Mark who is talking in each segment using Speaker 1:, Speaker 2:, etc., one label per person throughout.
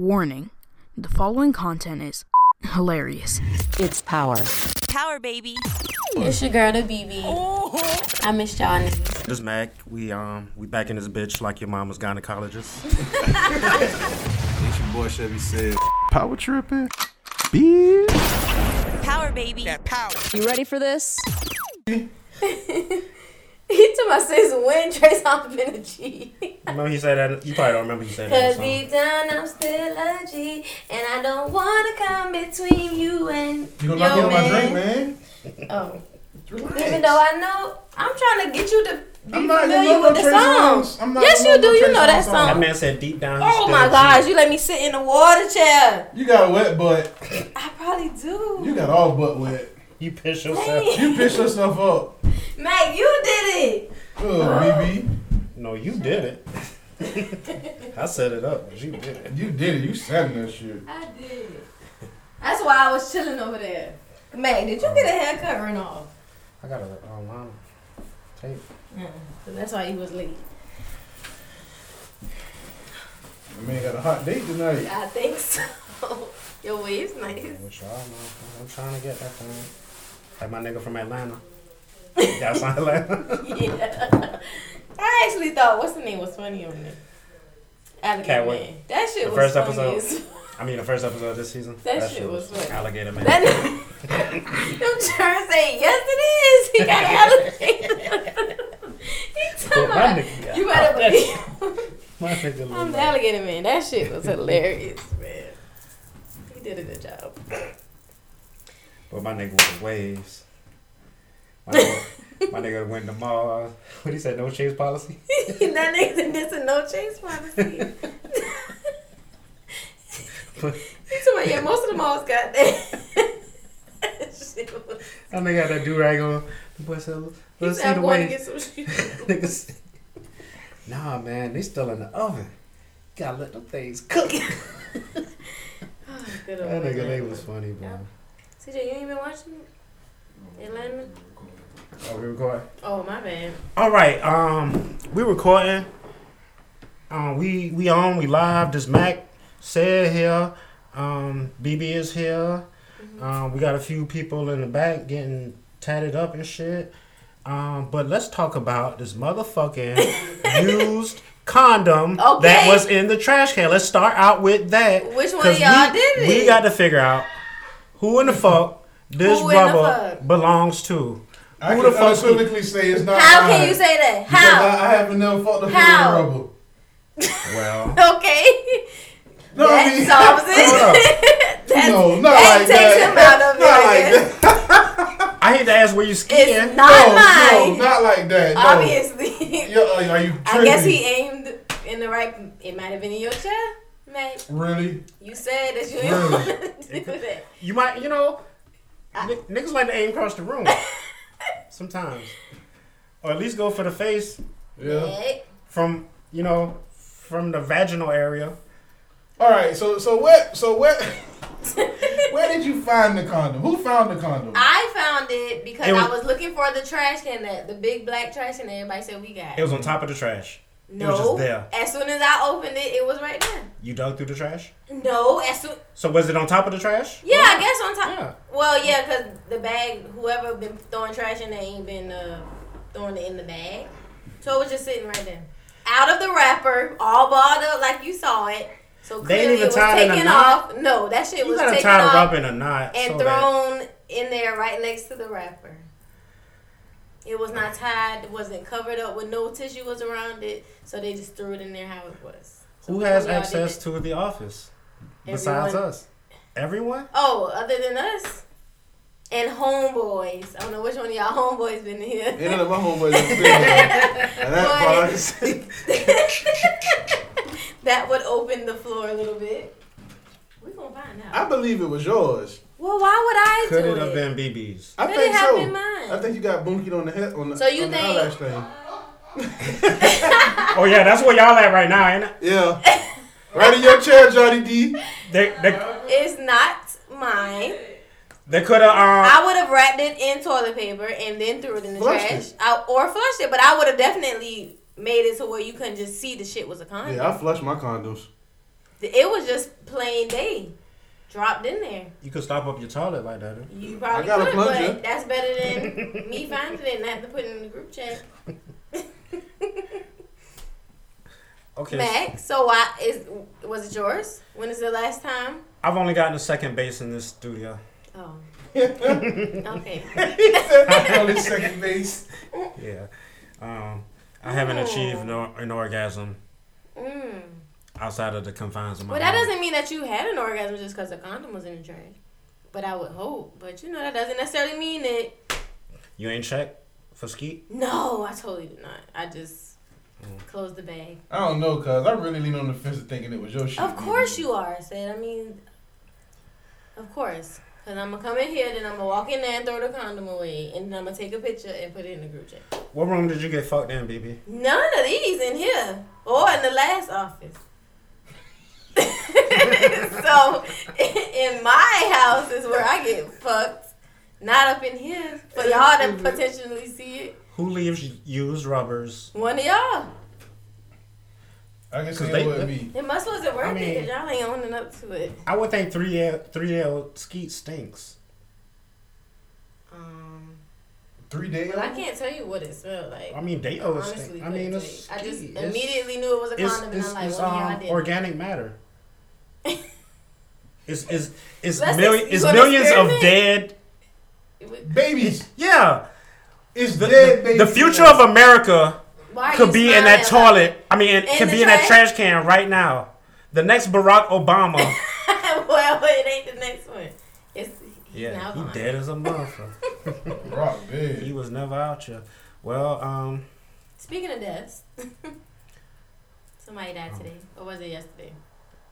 Speaker 1: Warning the following content is hilarious.
Speaker 2: It's power.
Speaker 3: Power baby.
Speaker 4: It's your girl, the BB. I miss y'all. niggas.
Speaker 5: This is Mac. We um we back in this bitch like your mama's gynecologist.
Speaker 6: It's your boy Chevy said.
Speaker 7: power tripping, bitch.
Speaker 3: Power baby.
Speaker 2: You ready for this?
Speaker 4: He told my sis when Trace I've been a G.
Speaker 5: remember he said that? You probably don't remember he said that.
Speaker 4: Cause
Speaker 5: so.
Speaker 4: deep down I'm still a G. And I don't wanna come between you and
Speaker 5: You
Speaker 4: your
Speaker 5: gonna knock me on my drink,
Speaker 4: man.
Speaker 5: man?
Speaker 4: Oh.
Speaker 5: Relax.
Speaker 4: Even though I know I'm trying to get you to be
Speaker 7: I'm not in
Speaker 4: familiar
Speaker 7: love
Speaker 4: with
Speaker 7: with
Speaker 4: the
Speaker 7: Trey
Speaker 4: song.
Speaker 7: Songz. I'm not
Speaker 4: yes
Speaker 7: in
Speaker 4: you
Speaker 7: love
Speaker 4: do,
Speaker 7: with
Speaker 4: you
Speaker 7: Trey
Speaker 4: know that
Speaker 7: Songz.
Speaker 4: song.
Speaker 5: that man said deep down. he's
Speaker 4: Oh
Speaker 5: still
Speaker 4: my
Speaker 5: a G.
Speaker 4: gosh, you let me sit in the water chair.
Speaker 7: You got wet butt.
Speaker 4: I probably do.
Speaker 7: You got all butt wet.
Speaker 5: You piss yourself.
Speaker 7: You piss yourself up.
Speaker 4: Mac, you did it.
Speaker 7: Ugh, BB.
Speaker 5: no, you did it. I set it up, but you did it.
Speaker 7: You did it. You sat in that shit.
Speaker 4: I did. That's why I was chilling over there. Mac, did you get a haircut or no?
Speaker 5: I got a online tape.
Speaker 4: So that's why you was late.
Speaker 7: The man got a hot date tonight.
Speaker 4: I think so. Your wave's nice.
Speaker 5: Which y'all know. I'm trying to get that thing. Like my nigga from Atlanta. That's from Atlanta.
Speaker 4: Yeah. I actually thought what's the name was funny on there. Alligator
Speaker 5: Cat
Speaker 4: Man.
Speaker 5: Williams.
Speaker 4: That shit
Speaker 5: The
Speaker 4: was
Speaker 5: first
Speaker 4: funny
Speaker 5: episode.
Speaker 4: as-
Speaker 5: I mean, the first episode of this season.
Speaker 4: That shit was funny.
Speaker 5: Alligator man.
Speaker 4: That them churns say yes it is. He got alligator. he talking
Speaker 5: But my
Speaker 4: about
Speaker 5: nigga got
Speaker 4: you better believe.
Speaker 5: my nigga look
Speaker 4: I'm the
Speaker 5: like-
Speaker 4: alligator man. That shit was hilarious, man. He did a good job.
Speaker 5: But my nigga with the waves. My nigga, my nigga went to Mars. What he said, no chase policy?
Speaker 4: that nigga's in this and no chase policy. He's talking about, yeah, most of them always got that. Shit was-
Speaker 5: That nigga had that do rag on. The boy said,
Speaker 4: He
Speaker 5: let's
Speaker 4: said,
Speaker 5: see
Speaker 4: I'm
Speaker 5: the
Speaker 4: going to
Speaker 5: waves.
Speaker 4: get some shit.
Speaker 5: Nigga said, nah, man, they still in the oven. Gotta let them things cook.
Speaker 4: Oh, Good old
Speaker 5: That nigga,
Speaker 4: Atlanta.
Speaker 5: they was funny, bro.
Speaker 4: CJ, you ain't been watching Atlanta?
Speaker 5: Oh, we recording?
Speaker 4: Oh, my bad.
Speaker 5: All right, um, we recording. Um, we we on, we live. This Mac said here. Um, BB is here.
Speaker 4: Mm-hmm.
Speaker 5: Um, we got a few people in the back getting tatted up and shit. Um, but let's talk about this motherfucking used condom that
Speaker 4: Okay.
Speaker 5: was in the trash can. Let's start out with that.
Speaker 4: Which one
Speaker 5: 'cause
Speaker 4: of y'all
Speaker 5: we,
Speaker 4: did
Speaker 5: We
Speaker 4: it?
Speaker 5: got to figure out who in the fuck this
Speaker 4: Who in the
Speaker 5: rubber
Speaker 4: fuck?
Speaker 5: belongs to.
Speaker 7: I
Speaker 5: Who
Speaker 7: can
Speaker 5: the fuck-
Speaker 7: unequivocally say it's not
Speaker 4: How
Speaker 7: mine
Speaker 4: can you say that?
Speaker 7: because
Speaker 4: How?
Speaker 7: I, I haven't never fucked a
Speaker 4: How?
Speaker 7: female rubber.
Speaker 5: Well.
Speaker 4: okay.
Speaker 7: No, I
Speaker 4: That
Speaker 7: mean,
Speaker 4: solves
Speaker 5: Hold up.
Speaker 4: it. That's-
Speaker 7: no, not
Speaker 4: that
Speaker 7: like
Speaker 4: takes
Speaker 7: that.
Speaker 4: him out of it.
Speaker 7: Not
Speaker 4: I
Speaker 7: like
Speaker 4: guess.
Speaker 7: that.
Speaker 5: I hate to ask where you skiing.
Speaker 4: It's
Speaker 7: No,
Speaker 4: not
Speaker 7: no,
Speaker 4: mine.
Speaker 7: not like that. No.
Speaker 4: Obviously.
Speaker 7: Yeah, are, are you tripping?
Speaker 4: I guess he aimed in the right. It might have been in your chair, mate.
Speaker 7: really.
Speaker 4: You said that you didn't
Speaker 7: Really?
Speaker 4: want to do that.
Speaker 5: You might, you know, ni- niggas like to aim across the room sometimes, or at least go for the face
Speaker 7: Yeah.
Speaker 4: Eh,
Speaker 5: from, you know, from the vaginal area.
Speaker 7: All right. So so what? So what? Where did you find the condom? Who found the condom?
Speaker 4: I found it because
Speaker 5: It was-
Speaker 4: I was looking for the trash can, that the big black trash can. That everybody said we got.
Speaker 5: It was on top of the trash.
Speaker 4: no,
Speaker 5: was just there.
Speaker 4: as soon as I opened it, it was right there.
Speaker 5: You dug through the trash.
Speaker 4: No, as soon.
Speaker 5: So was it on top of the trash?
Speaker 4: Yeah, I guess on top.
Speaker 5: Yeah.
Speaker 4: Well, yeah, because the bag, whoever been throwing trash in there ain't been uh, throwing it in the bag. So it was just sitting right there. Out of the wrapper, all balled up like you saw it. So
Speaker 5: They ain't
Speaker 4: clearly
Speaker 5: even
Speaker 4: it was
Speaker 5: tied in a
Speaker 4: taken
Speaker 5: knot?
Speaker 4: off. No, that shit
Speaker 5: You
Speaker 4: was
Speaker 5: gotta
Speaker 4: taken
Speaker 5: tie
Speaker 4: off
Speaker 5: it up in a knot
Speaker 4: and
Speaker 5: so that
Speaker 4: thrown in there right next to the wrapper. It was not tied, wasn't covered up with no tissue was around it, so they just threw it in there how it was. So
Speaker 5: who
Speaker 4: clearly y'all
Speaker 5: has
Speaker 4: did
Speaker 5: access
Speaker 4: it.
Speaker 5: to the office besides
Speaker 4: Everyone.
Speaker 5: us? Everyone.
Speaker 4: Oh, other than us and homeboys. I don't know which one of y'all homeboys been here.
Speaker 6: Ended up my homeboy. that
Speaker 4: Boy.
Speaker 6: box.
Speaker 4: that would open the floor a little bit. We're gonna find out.
Speaker 6: I believe it was yours.
Speaker 4: well, why would I
Speaker 5: Could
Speaker 4: do
Speaker 5: it have
Speaker 4: it?
Speaker 5: been BB's?
Speaker 6: I
Speaker 4: Could it
Speaker 6: think
Speaker 4: have
Speaker 6: so.
Speaker 4: been mine?
Speaker 6: I think you got bunkied on the head on the,
Speaker 4: So you
Speaker 6: on
Speaker 4: think-
Speaker 6: the eyelash thing.
Speaker 5: Oh yeah, that's where y'all at right now, ain't it?
Speaker 6: Yeah. right in your chair, Johnny D.
Speaker 5: They, they,
Speaker 4: It's not mine.
Speaker 5: they could have um.
Speaker 4: I would have wrapped it in toilet paper and then threw it in the
Speaker 6: Flushed
Speaker 4: trash,
Speaker 6: it.
Speaker 4: I, or flushed it. But I would have definitely made it to where you couldn't just see the shit was a condom.
Speaker 6: Yeah, I flushed my condoms.
Speaker 4: It was just plain day, dropped in there.
Speaker 5: You could stop up your toilet like that. huh?
Speaker 4: You probably
Speaker 8: got a
Speaker 4: could,
Speaker 8: plunger.
Speaker 4: but that's better than me finding it and having to put it in the group chat.
Speaker 5: Okay.
Speaker 4: Mac, so why is was it yours? When is the last time?
Speaker 5: I've only gotten a second base in this studio.
Speaker 4: Oh. okay.
Speaker 6: On his second base.
Speaker 5: Yeah. Um, I haven't achieved no, an orgasm
Speaker 4: Mm.
Speaker 5: outside of the confines of my
Speaker 4: Well, that
Speaker 5: home.
Speaker 4: doesn't mean that you had an orgasm just because the condom was in the trash. But I would hope. But you know, that doesn't necessarily mean it.
Speaker 5: You ain't checked for skeet?
Speaker 4: No, I totally did not. I just closed the bag.
Speaker 6: I don't know, cuz. I really lean on the fence of thinking it was your shit.
Speaker 4: Of
Speaker 5: Mm-hmm.
Speaker 4: course you are, said. I mean, of course. Because I'm going to come in here, then I'm going to walk in there and throw the condom away. And then I'm going to take a picture and put it in the group chat.
Speaker 5: What room did you get fucked in, BB?
Speaker 4: None of these in here or in the last office. so, in my house is where I get fucked. Not up in here for y'all to
Speaker 5: Mm-hmm.
Speaker 4: potentially see it.
Speaker 5: Who leaves used rubbers?
Speaker 4: One of y'all.
Speaker 6: I can
Speaker 5: 'Cause
Speaker 6: see
Speaker 5: they-
Speaker 6: it wasn't me.
Speaker 4: It must wasn't worth
Speaker 5: I mean-
Speaker 4: it 'cause y'all ain't owning up to it.
Speaker 5: I would think 3L, 3L skeet stinks.
Speaker 4: Um,
Speaker 6: Three days.
Speaker 4: well, I can't tell you what it smelled like.
Speaker 5: I mean, they owe stink. I
Speaker 4: couldn't
Speaker 5: mean,
Speaker 4: tell
Speaker 5: it's
Speaker 4: you. I just
Speaker 5: skeet. It's-
Speaker 4: immediately knew it was a
Speaker 5: It's,
Speaker 4: condom,
Speaker 5: it's,
Speaker 4: and I'm like,
Speaker 5: it's,
Speaker 4: well, yeah, I
Speaker 5: um,
Speaker 4: did.
Speaker 5: organic matter. It's, it's, it's,
Speaker 4: Let's
Speaker 5: million,
Speaker 4: ex-
Speaker 5: it's
Speaker 4: you wanna
Speaker 5: millions of
Speaker 4: experiment?
Speaker 5: dead.
Speaker 6: Babies.
Speaker 5: Yeah.
Speaker 6: It's
Speaker 5: The,
Speaker 6: dead babies.
Speaker 5: the future of America
Speaker 4: Why are
Speaker 5: could
Speaker 4: you
Speaker 5: be in
Speaker 4: smiling
Speaker 5: that
Speaker 4: about it?
Speaker 5: toilet. I mean, it
Speaker 4: In
Speaker 5: could
Speaker 4: the
Speaker 5: be in that
Speaker 4: trash?
Speaker 5: trash can right now. The next Barack Obama.
Speaker 4: well, it ain't the next one. It's he's
Speaker 5: yeah,
Speaker 4: now
Speaker 5: he
Speaker 4: gone.
Speaker 5: dead as a motherfucker.
Speaker 6: Rock, big.
Speaker 5: he was never out here. Well, um,
Speaker 4: Speaking of deaths, somebody
Speaker 5: Oh.
Speaker 4: died today, or was it yesterday?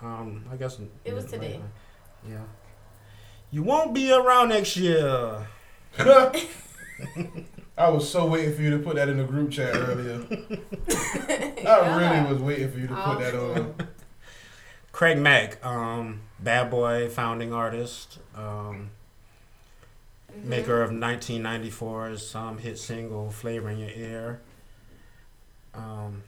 Speaker 5: um, I guess
Speaker 4: It was today.
Speaker 5: Yeah. You won't be around next year.
Speaker 6: I was so waiting for you to put that in the group chat earlier. I
Speaker 4: Y'all
Speaker 6: really
Speaker 4: are
Speaker 6: was waiting for you to put that on.
Speaker 5: Craig Mack, um, bad boy founding artist, um,
Speaker 4: Mm-hmm.
Speaker 5: maker of 1994's um, hit single "Flavor in Your Ear." Um,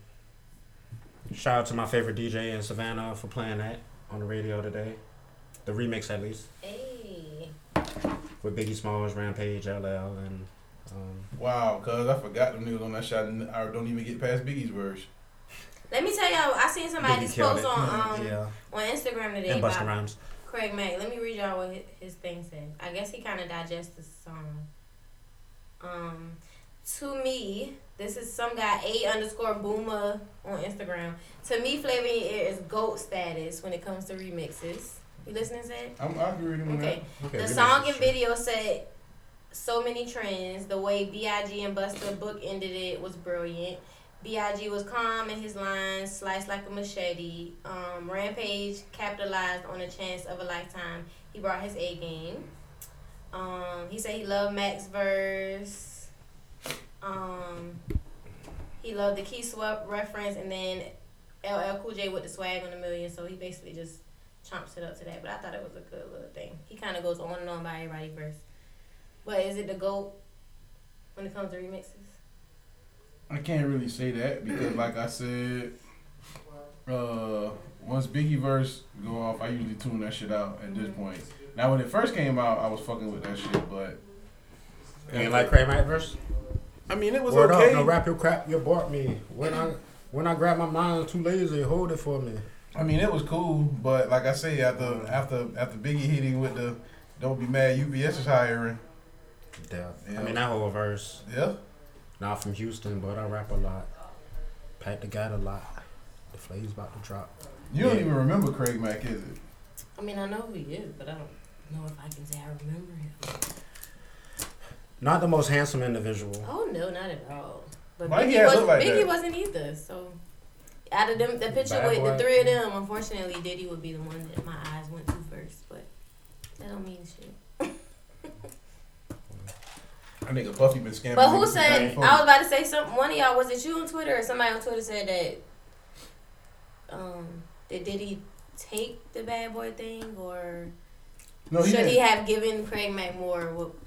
Speaker 5: shout out to my favorite DJ in Savannah for playing that on the radio today, the remix at least
Speaker 4: Hey,
Speaker 5: with Biggie Smalls, Rampage, LL, and um,
Speaker 6: Wow, cuz I forgot them niggas on that shot. and I don't even get past Biggie's verse.
Speaker 4: let me tell y'all. I seen somebody's
Speaker 5: Biggie killed
Speaker 4: post
Speaker 5: it.
Speaker 4: on um
Speaker 5: yeah,
Speaker 4: on Instagram today
Speaker 5: and Busta
Speaker 4: about
Speaker 5: Rhymes.
Speaker 4: Craig Mack. Let me read y'all what his, his thing said. I guess he kind of digests the song. Um, to me, this is some guy A underscore Boomer on Instagram. To me, Flavor in Your Ear is goat status when it comes to remixes. You listening to that?
Speaker 6: I'm, I can read them
Speaker 4: Okay.
Speaker 6: okay.
Speaker 5: Okay,
Speaker 4: The
Speaker 5: remix
Speaker 4: song
Speaker 5: is
Speaker 4: and
Speaker 5: shit.
Speaker 4: video said so many trends. The way B.I.G. and Buster bookended it was brilliant. B.I.G. was calm in his lines, sliced like a machete. Um, Rampage capitalized on a chance of a lifetime. He brought his A game. Um, he said he loved Max verse. Um, he loved the Key Swap reference, and then LL Cool J with the swag on a million. So he basically just chomps it up to that. But I thought it was a good little thing. He kind of goes on and on by everybody verse. But is it the goat when it comes to remixes?
Speaker 6: I can't really say that because, like I said, uh, once Biggie verse go off, I usually tune that shit out at this point. Now, when it first came out, I was fucking with that shit, but
Speaker 5: You ain't like Craig Mack verse?
Speaker 8: I mean, it was
Speaker 5: Word
Speaker 8: okay.
Speaker 5: up, no rap your crap, you bought me. When I when I grab my mind, too lazy, hold it for me.
Speaker 6: I mean, it was cool, but like I say, after after after Biggie hitting with the "Don't be mad, UBS is hiring."
Speaker 5: Yeah.
Speaker 6: Yeah.
Speaker 5: I mean that whole verse.
Speaker 6: Yeah,
Speaker 5: Not from Houston, but I rap a lot. Pat the guy a lot. The flame's about to drop.
Speaker 6: you don't
Speaker 5: Yeah.
Speaker 6: even remember Craig Mack, is it?
Speaker 4: I mean, I know who he is, but I don't know if I can say I remember him.
Speaker 5: Not the most handsome individual.
Speaker 4: Oh no, not at all. But
Speaker 6: Why he
Speaker 4: Biggie,
Speaker 6: had
Speaker 4: was,
Speaker 6: look like
Speaker 4: Biggie
Speaker 6: that?
Speaker 4: wasn't either. So out of them, the picture
Speaker 5: Bad
Speaker 4: with
Speaker 5: boy.
Speaker 4: the three of them, unfortunately, Diddy would be the one that my eyes went to first. But that don't mean shit.
Speaker 6: That nigga Buffy been scamming.
Speaker 4: But who
Speaker 6: niggas since
Speaker 4: said?
Speaker 6: 94.
Speaker 4: I was about to say something. One of y'all was it you on Twitter or somebody on Twitter said that. Um, that did he take the bad boy thing or
Speaker 6: no, he
Speaker 4: should he
Speaker 6: didn't.
Speaker 4: have given Craig Mack more? wh-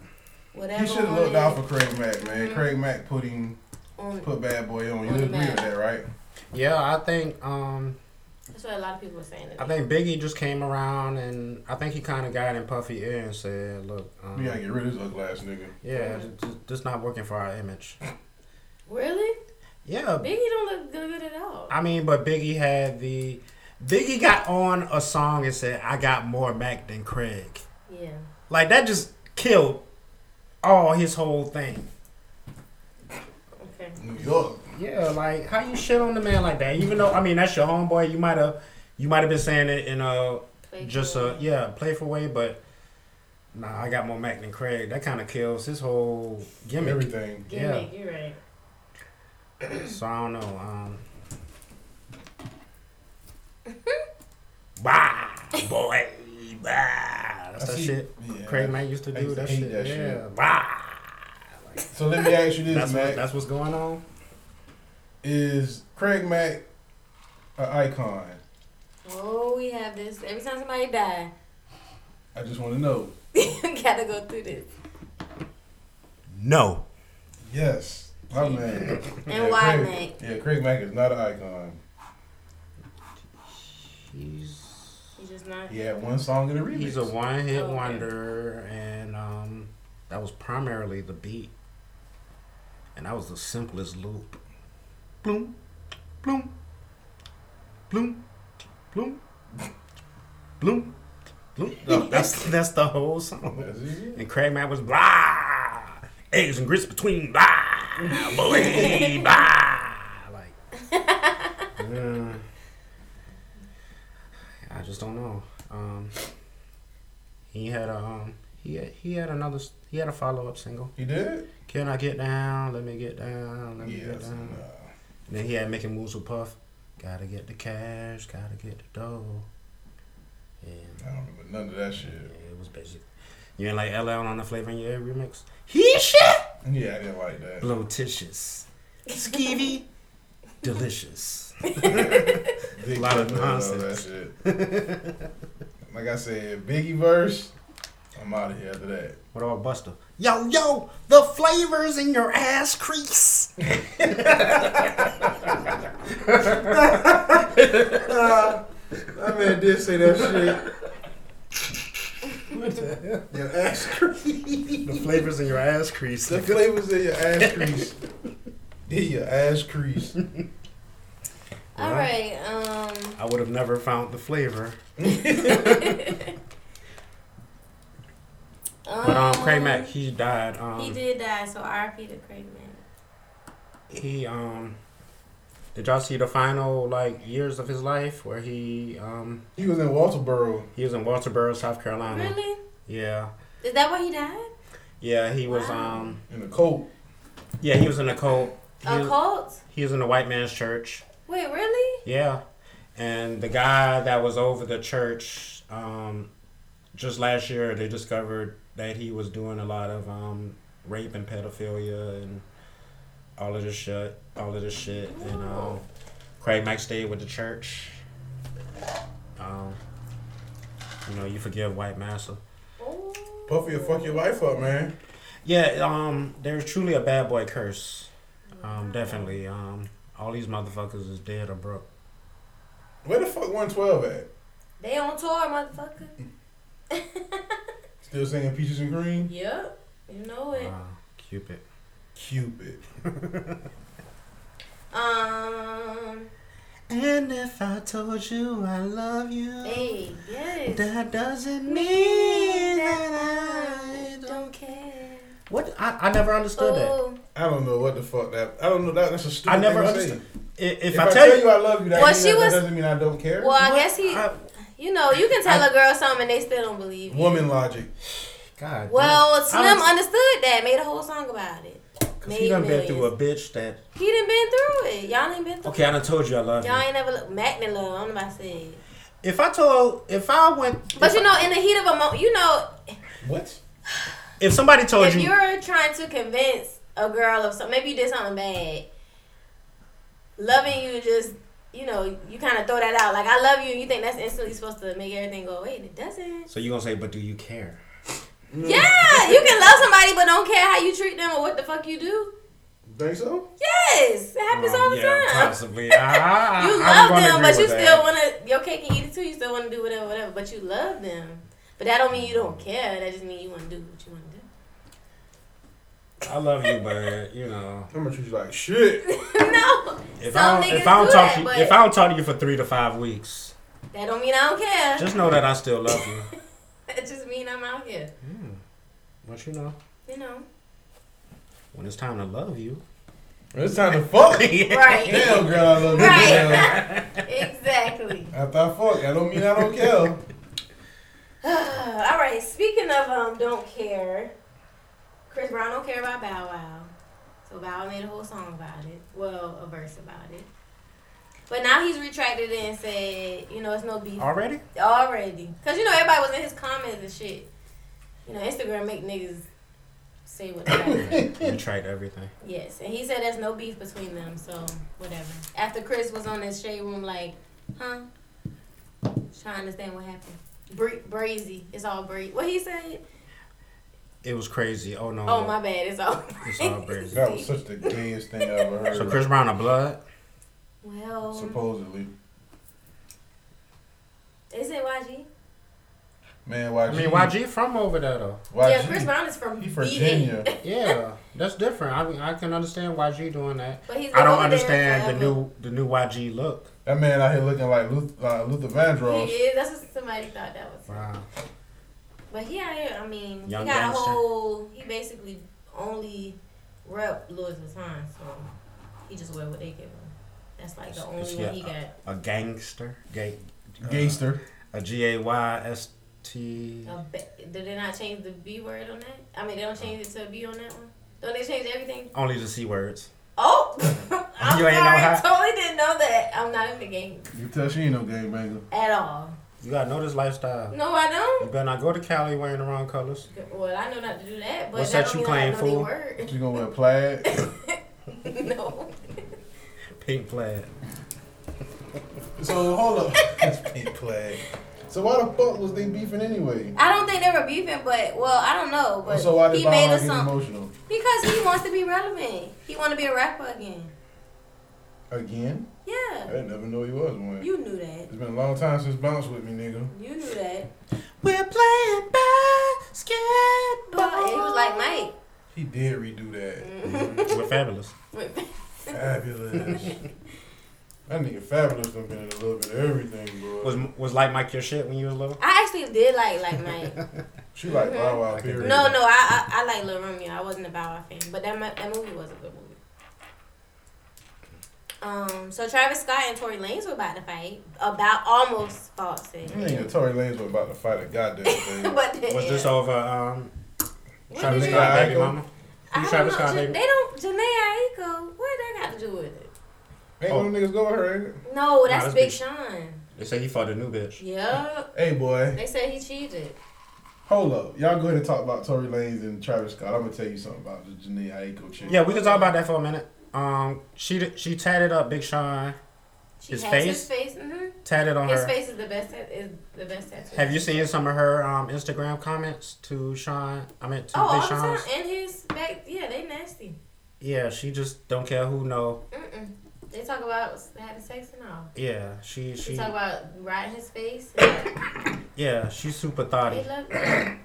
Speaker 4: Whatever.
Speaker 6: He should have
Speaker 4: on
Speaker 6: looked
Speaker 4: it-
Speaker 6: out for Craig Mack, man.
Speaker 4: Mhm.
Speaker 6: Craig Mack put him
Speaker 4: on-
Speaker 6: put Bad Boy on. You
Speaker 4: On the
Speaker 6: agree
Speaker 4: map.
Speaker 6: with that, right?
Speaker 5: Yeah, I think um
Speaker 4: That's what a lot of people are saying.
Speaker 5: I think Biggie just came around and I think he kind of got in Puffy ear and said, "Look, um,
Speaker 7: We gotta get rid of this ugly ass nigga.
Speaker 5: yeah, th- th- this not working for our image."
Speaker 4: Really?
Speaker 5: Yeah,
Speaker 4: Biggie don't look good at all.
Speaker 5: I mean, but Biggie had the Biggie got on a song and said, "I got more Mac than Craig."
Speaker 4: Yeah.
Speaker 5: Like that just killed all his whole thing.
Speaker 4: Okay.
Speaker 6: New York.
Speaker 5: Yeah, like how you shit on the man like that? Even though I mean that's your homeboy, you might have you might have been saying it in a
Speaker 4: Play
Speaker 5: just
Speaker 4: cool.
Speaker 5: a yeah playful way, but nah, I got more Mac than Craig. That kind of kills his whole gimmick.
Speaker 6: Everything.
Speaker 4: gimmick. You're right.
Speaker 5: So I don't know. Um, bah, boy, bah. That's
Speaker 7: I
Speaker 5: that
Speaker 7: see-
Speaker 5: shit
Speaker 7: yeah,
Speaker 5: Craig
Speaker 7: I-
Speaker 5: Mack used to
Speaker 7: I
Speaker 5: do.
Speaker 7: used to
Speaker 5: that,
Speaker 7: hate
Speaker 5: shit.
Speaker 7: that
Speaker 5: yeah,
Speaker 7: shit.
Speaker 5: bah.
Speaker 7: So let me ask you this,
Speaker 5: That's what,
Speaker 7: Mac.
Speaker 5: that's what's going on.
Speaker 7: Is Craig Mack an icon?
Speaker 4: Oh, we have this. Every time somebody die,
Speaker 7: I just want to know.
Speaker 4: you gotta go through this.
Speaker 5: No.
Speaker 7: Yes. My man.
Speaker 4: And why,
Speaker 7: Craig, Mack? Yeah, Craig Mack is not an icon.
Speaker 5: He's
Speaker 4: You just not.
Speaker 7: He had one song in the remix.
Speaker 5: he's a one hit
Speaker 4: Oh, okay.
Speaker 5: wonder, and um, that was primarily the beat, and that was the simplest loop. Bloom, bloom, bloom, bloom, bloom, bloom. No, that's that's the whole song.
Speaker 7: That's it.
Speaker 5: And Craig Mack was blah, eggs and grits between blah, boy, blah. Like, mm. I just don't know. Um, he had a um, he had, he had another s- he had a follow up single.
Speaker 7: He did?
Speaker 5: Can I get down? Let me get down. Let me get
Speaker 7: Yes. uh,
Speaker 5: down.
Speaker 7: Nah.
Speaker 5: And then he had making moves with Puff. Gotta get the cash. Gotta get the dough. And
Speaker 7: I don't remember none of that shit.
Speaker 5: yeah, it was basic. You ain't like LL on the Flavor in Your Air remix? He shit!
Speaker 7: Yeah, I didn't like that.
Speaker 5: Blotitious. Skeevy. Delicious.
Speaker 7: Big
Speaker 5: lot of
Speaker 7: Pun and all that shit. like I said, Biggie verse, I'm out of here after that.
Speaker 5: What about Buster? Yo, yo, the flavors in your ass crease.
Speaker 6: That man did say that shit. Your ass crease.
Speaker 5: the flavors in your ass crease.
Speaker 6: The flavors in your ass crease. Did your ass crease.
Speaker 4: All right. Um.
Speaker 5: I would have never found the flavor. But um, Craig Mack, he died. Um,
Speaker 4: He did die, so RP to Craig Mack.
Speaker 5: he um did y'all see the final like years of his life where he um
Speaker 7: He was in Walterboro.
Speaker 5: he was in Walterboro, South Carolina.
Speaker 4: Really?
Speaker 5: Yeah.
Speaker 4: Is that why he died?
Speaker 5: Yeah, he was
Speaker 4: Wow.
Speaker 5: um
Speaker 7: in a coat.
Speaker 5: yeah, he was in a cult. He,
Speaker 4: A cult?
Speaker 5: he was in the white man's church.
Speaker 4: Wait, really?
Speaker 5: Yeah. And the guy that was over the church, um, just last year, they discovered that he was doing a lot of um, rape and pedophilia and all of this shit. All of this shit. And um, Craig Mack stayed with the church. Um, you know, you forgive white massa.
Speaker 4: Oh.
Speaker 6: Puffy will fuck your life up, man.
Speaker 5: Yeah, um, there's truly a bad boy curse. Um, definitely. Um, all these motherfuckers is dead or broke.
Speaker 6: Where the fuck 112 at?
Speaker 4: They on tour, motherfucker.
Speaker 7: Still singing Peaches and Green?
Speaker 4: yep. You know it.
Speaker 5: Uh, Cupid.
Speaker 7: Cupid.
Speaker 4: Um.
Speaker 5: And if I told you I love you,
Speaker 4: Hey, yes.
Speaker 5: that doesn't mean that I don't.
Speaker 4: Don't care.
Speaker 5: What? I, I never understood that.
Speaker 4: Oh.
Speaker 6: I don't know what the fuck that. I don't know that. That's a stupid
Speaker 5: I never
Speaker 6: thing to say.
Speaker 5: understood. I- If,
Speaker 7: If
Speaker 5: I, tell you,
Speaker 7: I love you, that,
Speaker 4: Well,
Speaker 7: mean
Speaker 4: she
Speaker 7: that- that
Speaker 4: was-
Speaker 7: doesn't mean I don't care.
Speaker 4: Well, I guess he.
Speaker 5: I-
Speaker 4: you know, you can tell a girl something and they still don't believe you.
Speaker 6: Woman logic.
Speaker 5: God.
Speaker 4: Well,
Speaker 5: damn.
Speaker 4: Slim
Speaker 5: I
Speaker 4: understood that, made a whole song about it.
Speaker 5: don't-
Speaker 4: Made
Speaker 5: he done been
Speaker 4: millions.
Speaker 5: through a bitch that.
Speaker 4: He done been through it. Y'all ain't been through
Speaker 5: Okay, I done told you I love
Speaker 4: it. Y'all
Speaker 5: you.
Speaker 4: ain't never look Mac done love. I'm about to say. it.
Speaker 5: If I told, if I went,
Speaker 4: But you know, in the heat of a moment, you know,
Speaker 7: What?
Speaker 5: if somebody told
Speaker 4: if
Speaker 5: you,
Speaker 4: you're trying to convince a girl of something, maybe you did something bad. Loving you just, you know, you kind of throw that out. Like I love you, and you think that's instantly supposed to make everything go away, and it doesn't.
Speaker 5: so you gonna say, but do you care? Mm.
Speaker 4: Yeah, you can love somebody, but don't care how you treat them or what the fuck you do.
Speaker 6: Think so?
Speaker 4: Yes, it happens all the
Speaker 5: yeah,
Speaker 4: time.
Speaker 5: possibly. I, I,
Speaker 4: You
Speaker 5: I'm
Speaker 4: love
Speaker 5: gonna
Speaker 4: them,
Speaker 5: agree
Speaker 4: but you
Speaker 5: with
Speaker 4: still
Speaker 5: that.
Speaker 4: want to. Your cake and eat it too. You still want to do whatever, whatever. But you love them. But that don't mean you don't care. That just mean you want to do what you want to do.
Speaker 5: I love you, but you know,
Speaker 6: I'm gonna treat you like shit.
Speaker 4: no,
Speaker 5: if
Speaker 4: Some
Speaker 5: I don't, if
Speaker 4: niggas
Speaker 5: I don't
Speaker 4: do
Speaker 5: talk
Speaker 4: that,
Speaker 5: to you,
Speaker 4: but-
Speaker 5: if I don't talk to you for three to five weeks,
Speaker 4: that don't mean I don't care.
Speaker 5: just know that I still love you.
Speaker 4: that just mean I'm out here.
Speaker 5: Once you know,
Speaker 4: You know,
Speaker 5: when it's time to love you,
Speaker 6: It's time to fuck.
Speaker 4: right?
Speaker 6: Damn, girl, I love you.
Speaker 4: Right.
Speaker 6: Damn.
Speaker 4: exactly.
Speaker 6: After I fuck, I don't mean I don't care.
Speaker 4: Uh, all right. Speaking of um, don't care. Chris Brown don't care about Bow Wow, so Bow Wow made a whole song about it. Well, a verse about it. But now he's retracted it and said, you know, it's no beef
Speaker 5: already.
Speaker 4: Already. Because, you know, everybody was in his comments and shit. You know, Instagram make niggas say what they gotta say.
Speaker 5: You tried everything.
Speaker 4: Yes. And he said there's no beef between them, so whatever. After Chris was on his shade room, like, huh? Trying to understand what happened. Bra- brazy. It's all brazy. What he said?
Speaker 5: It was crazy. Oh no.
Speaker 4: Oh, my bad. It's all
Speaker 5: It's all brazy.
Speaker 7: That was such the gayest thing I ever heard.
Speaker 5: So Chris Brown a blood.
Speaker 4: Well,
Speaker 7: supposedly.
Speaker 4: is it YG?
Speaker 7: Man, YG.
Speaker 5: I mean, YG from over there though.
Speaker 7: YG.
Speaker 4: Yeah, Chris Brown is from
Speaker 7: He
Speaker 4: BA,
Speaker 7: Virginia.
Speaker 5: Yeah, that's different. I mean, I can understand YG doing that.
Speaker 4: But he's been
Speaker 5: I don't
Speaker 4: over there
Speaker 5: understand the
Speaker 4: forever.
Speaker 5: new the new YG look.
Speaker 7: That man out here looking like Luther, uh, Luther Vandross.
Speaker 4: He is. That's what somebody thought that was.
Speaker 5: Wow.
Speaker 4: But he out here, I mean,
Speaker 5: Young
Speaker 4: he got
Speaker 5: gangster.
Speaker 4: a whole. He basically only rep Louis Vuitton, so he just wear what they give him. That's like the only
Speaker 5: It's-
Speaker 4: one he
Speaker 5: yeah,
Speaker 4: got.
Speaker 5: A gangster. Gay.
Speaker 7: Gayster.
Speaker 5: A G A Y S T.
Speaker 4: A ba- did they not change the B word on that? I mean, they don't change it to a B on that one. Don't they change everything?
Speaker 5: Only the C words.
Speaker 4: Oh, I'm
Speaker 5: You ain't know
Speaker 4: sorry,
Speaker 5: how-
Speaker 4: totally didn't know that. I'm not in the game
Speaker 7: You tell she ain't no gangbanger.
Speaker 4: at all.
Speaker 5: You gotta know this lifestyle.
Speaker 4: No, I
Speaker 5: You
Speaker 4: don't.
Speaker 5: better not go to Cali wearing the wrong colors.
Speaker 4: Well, I know not to do that, but
Speaker 5: What's
Speaker 4: that,
Speaker 5: that
Speaker 4: don't
Speaker 5: you
Speaker 4: mean I know
Speaker 5: claim,
Speaker 4: the
Speaker 5: fool?
Speaker 4: word.
Speaker 7: She gonna wear plaid.
Speaker 4: no.
Speaker 5: Pink plaid.
Speaker 6: So hold up.
Speaker 7: That's pink plaid.
Speaker 6: So why the fuck was they beefing anyway?
Speaker 4: I don't think they were beefing, but well, I don't know. But
Speaker 7: So why did
Speaker 4: he made
Speaker 7: Bob
Speaker 4: a
Speaker 7: get
Speaker 4: song
Speaker 7: emotional?
Speaker 4: because he wants to be relevant. He want to be a rapper again.
Speaker 6: Again? I
Speaker 4: Yeah,
Speaker 6: didn't never know he was one.
Speaker 4: you knew that.
Speaker 6: It's been a long time since bounce with me, nigga.
Speaker 4: You knew that.
Speaker 5: We're playing
Speaker 4: But he
Speaker 5: basketball.
Speaker 4: was like Mike.
Speaker 6: He did redo that.
Speaker 5: We're fabulous.
Speaker 6: Fabulous. that nigga fabulous done been in a little bit of everything, bro.
Speaker 5: Was was like Mike your shit when you was little?
Speaker 4: I actually did like like Mike.
Speaker 6: she like Bow Wow,
Speaker 5: can
Speaker 6: period.
Speaker 4: No, no, I I, I like Lil Romeo. I wasn't a Bow Wow fan, but that mi- that movie was a good movie. Um, so Travis Scott and Tory Lanez were about to fight about almost fought it,
Speaker 6: That nigga Tory Lanez was about to fight a goddamn thing.
Speaker 4: but then,
Speaker 5: Was this over um
Speaker 4: What
Speaker 5: Travis
Speaker 4: did
Speaker 6: you-
Speaker 5: Scott baby mama?
Speaker 4: I
Speaker 5: You
Speaker 4: don't
Speaker 5: Travis
Speaker 4: know.
Speaker 5: Scott
Speaker 4: Ja-
Speaker 5: baby?
Speaker 4: They don't. Janae Aiko. What that got to do with it?
Speaker 6: Ain't
Speaker 5: Oh.
Speaker 6: no niggas go with her, ain't it?
Speaker 4: No, that's,
Speaker 5: that's
Speaker 4: Big
Speaker 5: Big-
Speaker 4: Sean.
Speaker 5: They say he fought a new bitch.
Speaker 4: Yeah.
Speaker 6: Hey boy.
Speaker 4: They said he cheated.
Speaker 6: Hold up. Y'all go ahead and talk about Tory Lanez and Travis Scott. I'm gonna tell you something about the Janae Aiko chick.
Speaker 5: Yeah, we can talk about that for a minute. Um, she did- she tatted up Big Sean,
Speaker 4: She
Speaker 5: His
Speaker 4: has His face. hmm
Speaker 5: tatted on
Speaker 4: His
Speaker 5: her.
Speaker 4: face is the best. tat- Is the best tattoo.
Speaker 5: Have you seen some of her um Instagram comments to Sean? I mean to
Speaker 4: Oh, all
Speaker 5: Big
Speaker 4: the time.
Speaker 5: Sean's.
Speaker 4: And his back. Yeah, they nasty.
Speaker 5: Yeah, she just don't care who know.
Speaker 4: Mm-mm. They talk about having sex and all.
Speaker 5: Yeah, she
Speaker 4: They
Speaker 5: she
Speaker 4: talk about riding his face. They
Speaker 5: yeah she's super thotty.
Speaker 4: love that.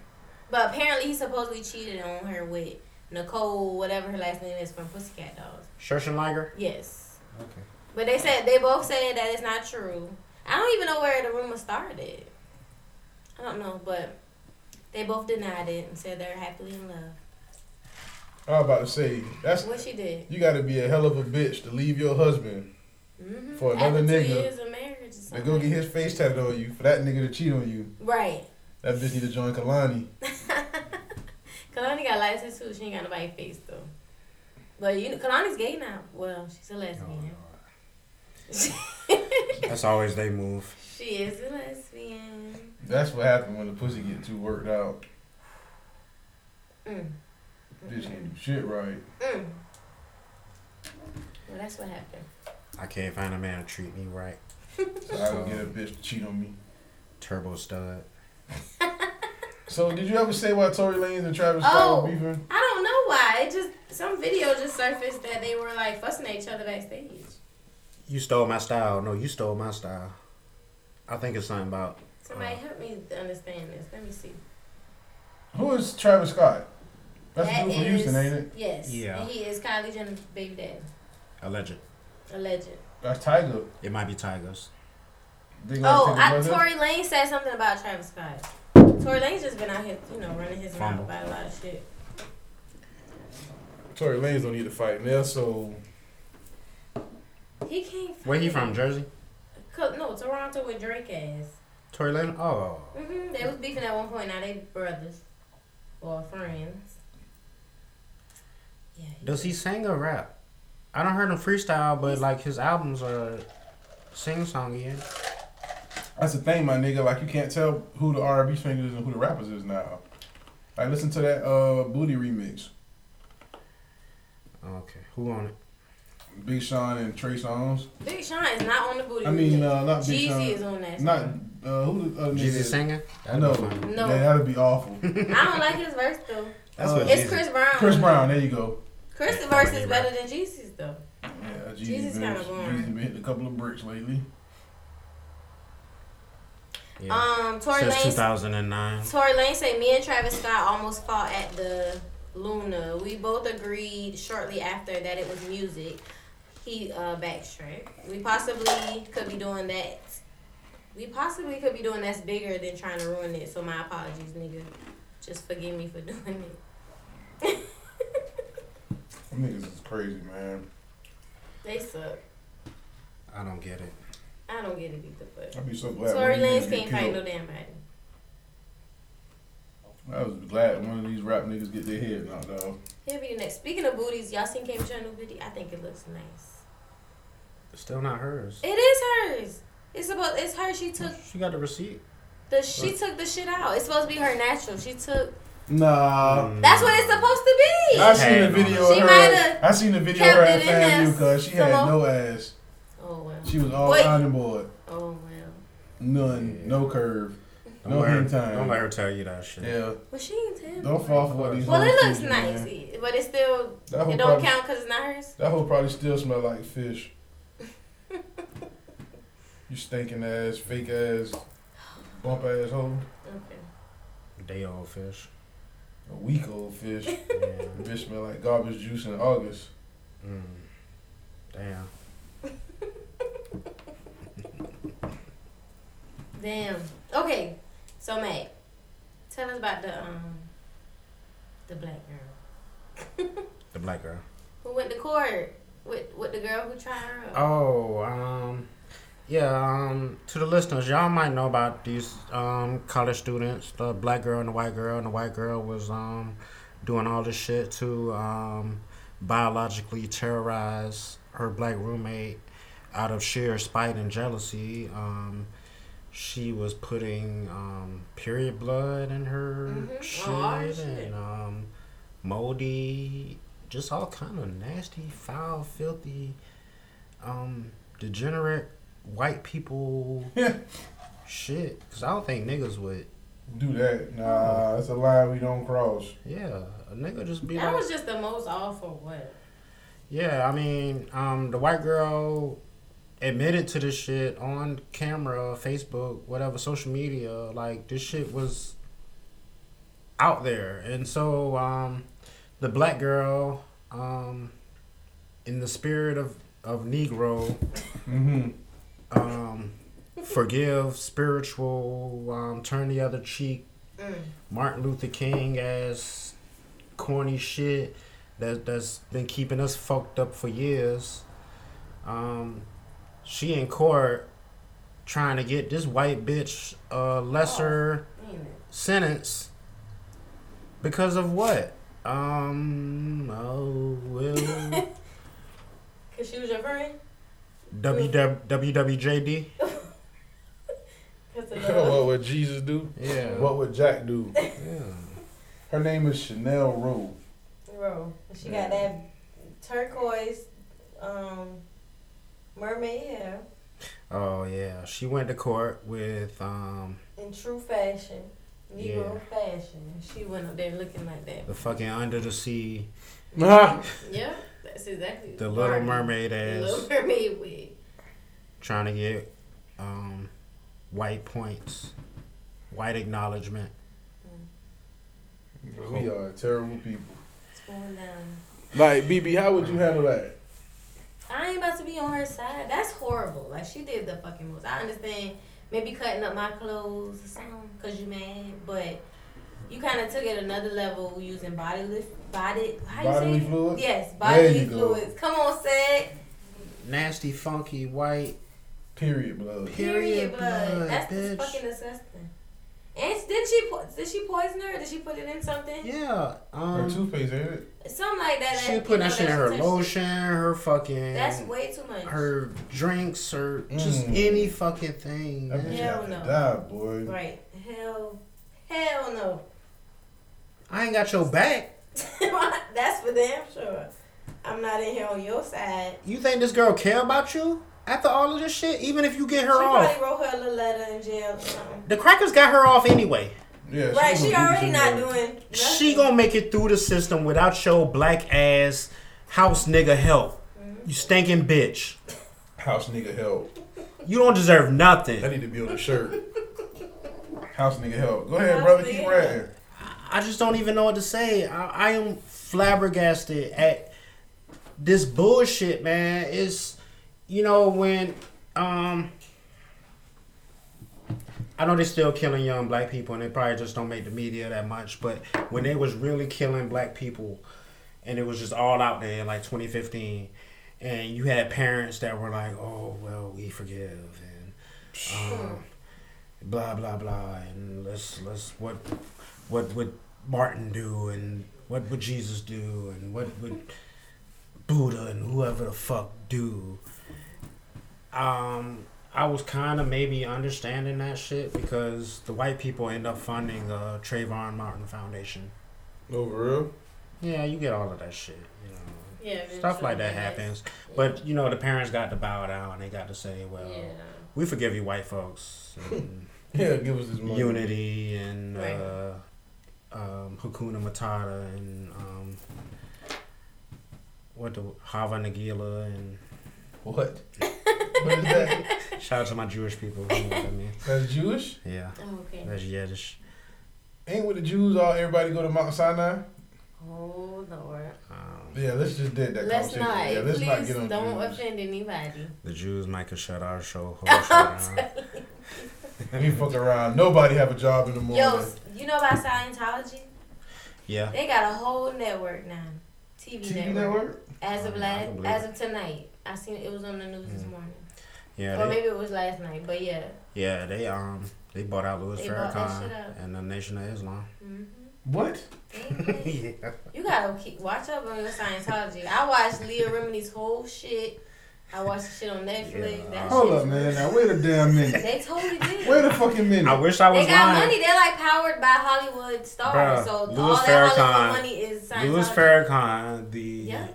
Speaker 4: But apparently, he supposedly cheated on her with Nicole, whatever her last name is, from Pussycat Dolls.
Speaker 5: Schershenlager.
Speaker 4: Yes.
Speaker 5: Okay.
Speaker 4: But they said they both said that it's not true. I don't even know where the rumor started. I don't know, but they both denied it and said they're happily in love.
Speaker 6: I was about to say that's
Speaker 4: What she did.
Speaker 6: you gotta be a hell of a bitch to leave your husband
Speaker 4: Mm-hmm.
Speaker 6: For another
Speaker 4: After
Speaker 6: nigga,
Speaker 4: two years of marriage or
Speaker 6: and
Speaker 4: something.
Speaker 6: go get his face tatted on you for that nigga to cheat on you.
Speaker 4: Right.
Speaker 6: That bitch need to join Kalani.
Speaker 4: Kalani got license too. She ain't got nobody face though. But you know, Kalani's gay now. Well, she's a lesbian.
Speaker 5: That's always they move.
Speaker 4: she is a lesbian.
Speaker 6: That's what happened when the pussy get too worked out.
Speaker 4: Mm.
Speaker 6: Bitch can't do shit right.
Speaker 4: Mm. Well, that's what happened.
Speaker 5: I can't find a man to treat me right.
Speaker 6: So I don't get a bitch to cheat on me.
Speaker 5: Turbo stud.
Speaker 6: So did you ever say why Tory Lanez and Travis Scott
Speaker 4: Oh.
Speaker 6: were beefing?
Speaker 4: I don't know why. It just Some video just surfaced that they were like fussing at each other backstage.
Speaker 5: You stole my style. No, you stole my style. I think it's something about
Speaker 6: Oh.
Speaker 4: Somebody help me understand this. Let me see.
Speaker 6: Who is Travis Scott? That's the
Speaker 4: That
Speaker 6: dude from
Speaker 4: is-
Speaker 6: Houston, ain't it?
Speaker 4: Yes.
Speaker 5: Yeah.
Speaker 4: And he is Kylie Jenner's baby daddy.
Speaker 5: a legend.
Speaker 4: A legend.
Speaker 6: That's Tiger.
Speaker 5: It might be Tigers.
Speaker 6: They gonna
Speaker 4: Oh,
Speaker 6: take
Speaker 4: I,
Speaker 6: his brother?
Speaker 4: Tory Lane said something about Travis Scott. Tory Lane's just been out here, you know, running his mouth
Speaker 5: Fumble.
Speaker 4: about a lot of shit.
Speaker 9: Tory Lanez don't need to fight now, so
Speaker 4: He can't.
Speaker 5: Where he
Speaker 4: fight.
Speaker 5: from? Jersey?
Speaker 4: Co- No, Toronto with Drake ass.
Speaker 5: Tory Lane? Oh.
Speaker 4: hmm They was beefing at one point. Now they brothers or friends. Yeah.
Speaker 5: Does he sing or rap? I don't heard him freestyle, but like his albums are sing song yeah.
Speaker 6: That's the thing, my nigga. Like you can't tell who the R&B singer is and who the rappers is now. Like listen to that uh booty remix,
Speaker 5: Okay. Who on it?
Speaker 6: Big Sean and Trey Songz.
Speaker 4: Big Sean is not on the booty.
Speaker 6: I mean,
Speaker 4: remix.
Speaker 6: uh, not Big Sean.
Speaker 4: Jeezy is on that.
Speaker 6: Not
Speaker 4: song.
Speaker 6: uh, who the other nigga?
Speaker 5: Jeezy
Speaker 6: is?
Speaker 5: singing?
Speaker 6: No.
Speaker 5: That's
Speaker 4: No.
Speaker 6: Yeah, that'd be awful. Uh,
Speaker 4: I don't like his verse though.
Speaker 5: what
Speaker 4: It's
Speaker 5: Jeezy-
Speaker 4: Chris Brown.
Speaker 6: Chris Brown, there you go.
Speaker 4: Chris' verse is better than Jeezy's though.
Speaker 6: Yeah,
Speaker 4: Jesus
Speaker 6: Jeezy
Speaker 4: kinda
Speaker 6: been,
Speaker 4: boring.
Speaker 6: Jeezy been hitting a couple of bricks lately.
Speaker 5: Yeah.
Speaker 4: Um, Tory
Speaker 5: Since
Speaker 4: Lane.
Speaker 5: 2009.
Speaker 4: Tory Lane said, "Me and Travis Scott almost fought at the Luna. We both agreed shortly after that it was music." He uh, backtracked. We possibly could be doing that. We possibly could be doing that's bigger than trying to ruin it. So my apologies, nigga. Just forgive me for doing it.
Speaker 6: Them niggas is crazy, man.
Speaker 4: They suck.
Speaker 5: I don't get it.
Speaker 4: I don't get it either. But
Speaker 6: I'd be so glad.
Speaker 4: Tory
Speaker 6: one of these
Speaker 4: Lanez
Speaker 6: niggas get
Speaker 4: can't fight
Speaker 6: killed.
Speaker 4: no damn body.
Speaker 6: I was glad one of these rap niggas get their head knocked off.
Speaker 4: He'll be the next. Speaking of booties, y'all seen Kim Jong new video? I think it looks nice.
Speaker 5: Still not hers.
Speaker 4: It is hers. It's about. It's her. She took
Speaker 5: She got the receipt.
Speaker 4: The she took the shit out. It's supposed to be her natural. She took.
Speaker 5: Mm.
Speaker 6: Nah.
Speaker 4: That's what it's supposed to be.
Speaker 6: I seen the
Speaker 5: Hey,
Speaker 6: video
Speaker 4: She
Speaker 6: of her.
Speaker 4: might've
Speaker 6: I seen the video of
Speaker 4: kept
Speaker 6: her
Speaker 4: it
Speaker 6: at
Speaker 4: in
Speaker 6: FAMU
Speaker 4: there
Speaker 6: because she had
Speaker 4: some
Speaker 6: no ass.
Speaker 4: oh well.
Speaker 6: She was all
Speaker 4: Wait.
Speaker 6: iron board.
Speaker 4: Oh well.
Speaker 6: None. No curve.
Speaker 5: Mm. Don't,
Speaker 6: No
Speaker 5: let her,
Speaker 6: hang time.
Speaker 5: don't let her tell you that shit.
Speaker 6: Yeah.
Speaker 4: Well, she ain't tell.
Speaker 6: Don't
Speaker 4: me.
Speaker 6: fall for what these
Speaker 4: Well, it
Speaker 6: hoes
Speaker 4: looks
Speaker 6: do,
Speaker 4: nice,
Speaker 6: man.
Speaker 4: but it's still
Speaker 6: That whole
Speaker 4: it don't
Speaker 6: probably,
Speaker 4: count because it's not hers.
Speaker 6: That whole probably still smell like fish. you stinking ass, fake ass, bump ass hoe.
Speaker 4: Okay.
Speaker 5: Day old fish.
Speaker 6: A week old fish.
Speaker 5: Yeah.
Speaker 6: Bitch smell like garbage juice in August.
Speaker 5: mm. Damn.
Speaker 4: Damn. Okay. So Matt, tell us about the um the black girl
Speaker 5: The black girl.
Speaker 4: who went to court with with the girl who tried her. Up.
Speaker 5: Oh, um, yeah, um, to the listeners, y'all might know about these um, college students, the black girl and the white girl, and the white girl was um, doing all this shit to um, biologically terrorize her black roommate out of sheer spite and jealousy. Um, she was putting um, period blood in her
Speaker 4: Mhm.
Speaker 5: shit,
Speaker 4: Oh, all that shit.
Speaker 5: and um, moldy, just all kind of nasty, foul, filthy um degenerate white people shit. Cause I don't think niggas would.
Speaker 6: Do that. Nah, that's a line we don't cross.
Speaker 5: Yeah, a nigga just be
Speaker 4: That
Speaker 5: like,
Speaker 4: was just the most awful what.
Speaker 5: yeah. I mean, um, the white girl admitted to this shit on camera, Facebook, whatever, social media. Like this shit was out there, and so um, the black girl, um, in the spirit of of Negro.
Speaker 6: Mm-hmm.
Speaker 5: um, forgive, spiritual, um, turn the other cheek. Martin Luther King as corny shit that that's been keeping us fucked up for years. Um, she in court trying to get this white bitch a lesser
Speaker 4: Ain't it?
Speaker 5: sentence because of what? Um, oh well,
Speaker 4: Cause she was your friend.
Speaker 5: WW- WWJD.
Speaker 4: Cause of
Speaker 9: what
Speaker 4: the,
Speaker 9: would Jesus do?
Speaker 5: Yeah,
Speaker 6: What would Jack do?
Speaker 5: yeah.
Speaker 6: Her name is Chanel Rowe.
Speaker 4: bro. She got that turquoise um mermaid hair
Speaker 5: Oh yeah, she went to court with um
Speaker 4: in true fashion, Negro fashion. She went up there looking like that.
Speaker 5: the fucking under the sea
Speaker 4: Yeah, that's exactly
Speaker 5: The Little Mermaid
Speaker 4: The
Speaker 5: ass
Speaker 4: Little Mermaid wig.
Speaker 5: trying to get um, white points, white acknowledgement.
Speaker 7: We are terrible people.
Speaker 4: It's going down.
Speaker 7: Like BB, how would you handle that?
Speaker 4: I ain't about to be on her side. That's horrible. Like she did the fucking most. I understand maybe cutting up my clothes or something because you mad, but you kind of took it another level using body lift, body, how you
Speaker 7: Bodily
Speaker 4: say it?
Speaker 7: fluid?
Speaker 4: Yes,
Speaker 7: There you
Speaker 4: bodily
Speaker 7: go.
Speaker 4: fluids. Come on, said
Speaker 5: Nasty, funky, white.
Speaker 7: Period blood.
Speaker 5: Period
Speaker 4: period blood.
Speaker 5: blood,
Speaker 4: That's
Speaker 5: bitch.
Speaker 4: just fucking disgusting. And did she po- did she poison her? Did she put it in something?
Speaker 5: Yeah.
Speaker 7: Her
Speaker 5: Um,
Speaker 7: toothpaste, ain't it?
Speaker 4: Something like that.
Speaker 5: she
Speaker 4: you
Speaker 5: put that
Speaker 4: know,
Speaker 5: shit in her
Speaker 4: touched-
Speaker 5: lotion, her fucking,
Speaker 4: That's way too much.
Speaker 5: her drinks, her just
Speaker 7: Mm.
Speaker 5: any fucking thing.
Speaker 7: That
Speaker 5: man.
Speaker 7: bitch
Speaker 4: Hell
Speaker 7: got to
Speaker 4: no.
Speaker 7: die, boy.
Speaker 4: right? Hell, hell no.
Speaker 5: I ain't got your back.
Speaker 4: That's for damn sure. I'm not in here on your side.
Speaker 5: You think this girl care about you after all of this shit? Even if you get her
Speaker 4: she
Speaker 5: off,
Speaker 4: probably wrote her a little letter in jail or something.
Speaker 5: the crackers got her off anyway.
Speaker 7: Yeah,
Speaker 4: Right,
Speaker 7: was
Speaker 4: she
Speaker 7: gonna
Speaker 4: already
Speaker 7: do
Speaker 4: not
Speaker 7: that.
Speaker 4: doing nothing.
Speaker 5: She gonna make it through the system without your black ass house nigga help.
Speaker 4: Mm-hmm.
Speaker 5: You stinking bitch.
Speaker 7: house nigga help.
Speaker 5: You don't deserve
Speaker 7: That
Speaker 5: nothing.
Speaker 7: need to be on a shirt. house nigga help. Go ahead,
Speaker 4: House
Speaker 7: brother. Keep
Speaker 4: nigga.
Speaker 7: rapping.
Speaker 5: I just don't even know what to say. I, I am flabbergasted at this bullshit, man. It's you know when um I know they're still killing young black people and they probably just don't make the media that much, but when they was really killing black people and it was just all out there in like 2015 and you had parents that were like, "Oh, well, we forgive." and um, blah blah blah and let's let's what what would Martin do and what would Jesus do and what would Buddha and whoever the fuck do. Um, I was kind of maybe understanding that shit because the white people end up funding the Trayvon Martin Foundation.
Speaker 7: No, for real?
Speaker 5: Yeah, you get all of that shit. You know,
Speaker 4: yeah,
Speaker 5: stuff like that happens. But you know, the parents got to bow down and they got to say, "Well,
Speaker 4: Yeah.
Speaker 5: we forgive you, white folks." and-
Speaker 7: Yeah, give us this money.
Speaker 5: Unity and
Speaker 4: Right.
Speaker 5: uh, um, Hakuna Matata and um, what the Hava Nagila and
Speaker 7: What? what is that?
Speaker 5: shout out to my Jewish people. who know what that means.
Speaker 7: That's Jewish?
Speaker 5: Yeah,
Speaker 4: Oh, okay.
Speaker 5: that's Yiddish.
Speaker 7: Ain't with the Jews all everybody go to Mount Sinai?
Speaker 4: Oh Lord.
Speaker 5: Um,
Speaker 7: Yeah, let's just dead that
Speaker 4: Let's
Speaker 7: conversation.
Speaker 4: not.
Speaker 7: Yeah, let's
Speaker 4: Please
Speaker 7: not get on
Speaker 4: don't
Speaker 7: Jews.
Speaker 4: offend anybody.
Speaker 5: the Jews might could shut our show. whole show down.
Speaker 7: We fuck around. Nobody have a job in the morning.
Speaker 4: Yo, you know about Scientology?
Speaker 5: Yeah,
Speaker 4: They got a whole network now. TV,
Speaker 7: TV
Speaker 4: network.
Speaker 7: network?
Speaker 4: As of
Speaker 5: I
Speaker 4: last,
Speaker 5: can believe
Speaker 4: as of tonight, I seen it was on the news this morning,
Speaker 5: yeah,
Speaker 4: or
Speaker 5: they,
Speaker 4: maybe it was last night. But yeah,
Speaker 5: yeah. They um they bought out Louis
Speaker 4: They bought that shit
Speaker 5: Farrakhan
Speaker 4: up.
Speaker 5: and the Nation of Islam.
Speaker 4: hmm
Speaker 7: What?
Speaker 4: Mm-hmm.
Speaker 5: yeah,
Speaker 4: You gotta keep watch up on your Scientology. I watched Leah Remini's whole shit. I watched the shit on Netflix.
Speaker 5: Yeah.
Speaker 4: That
Speaker 7: Hold
Speaker 4: shit's
Speaker 7: up, man.
Speaker 4: real.
Speaker 7: Now, wait a damn minute.
Speaker 4: They totally did.
Speaker 7: Wait a fucking
Speaker 5: I
Speaker 7: minute.
Speaker 5: wish I was
Speaker 4: they got
Speaker 5: lying.
Speaker 4: money. They're like powered by Hollywood stars.
Speaker 5: Bruh,
Speaker 4: so
Speaker 5: Louis
Speaker 4: all that
Speaker 5: Farrakhan.
Speaker 4: Hollywood money is Scientology.
Speaker 5: Louis Farrakhan, the
Speaker 4: Yeah.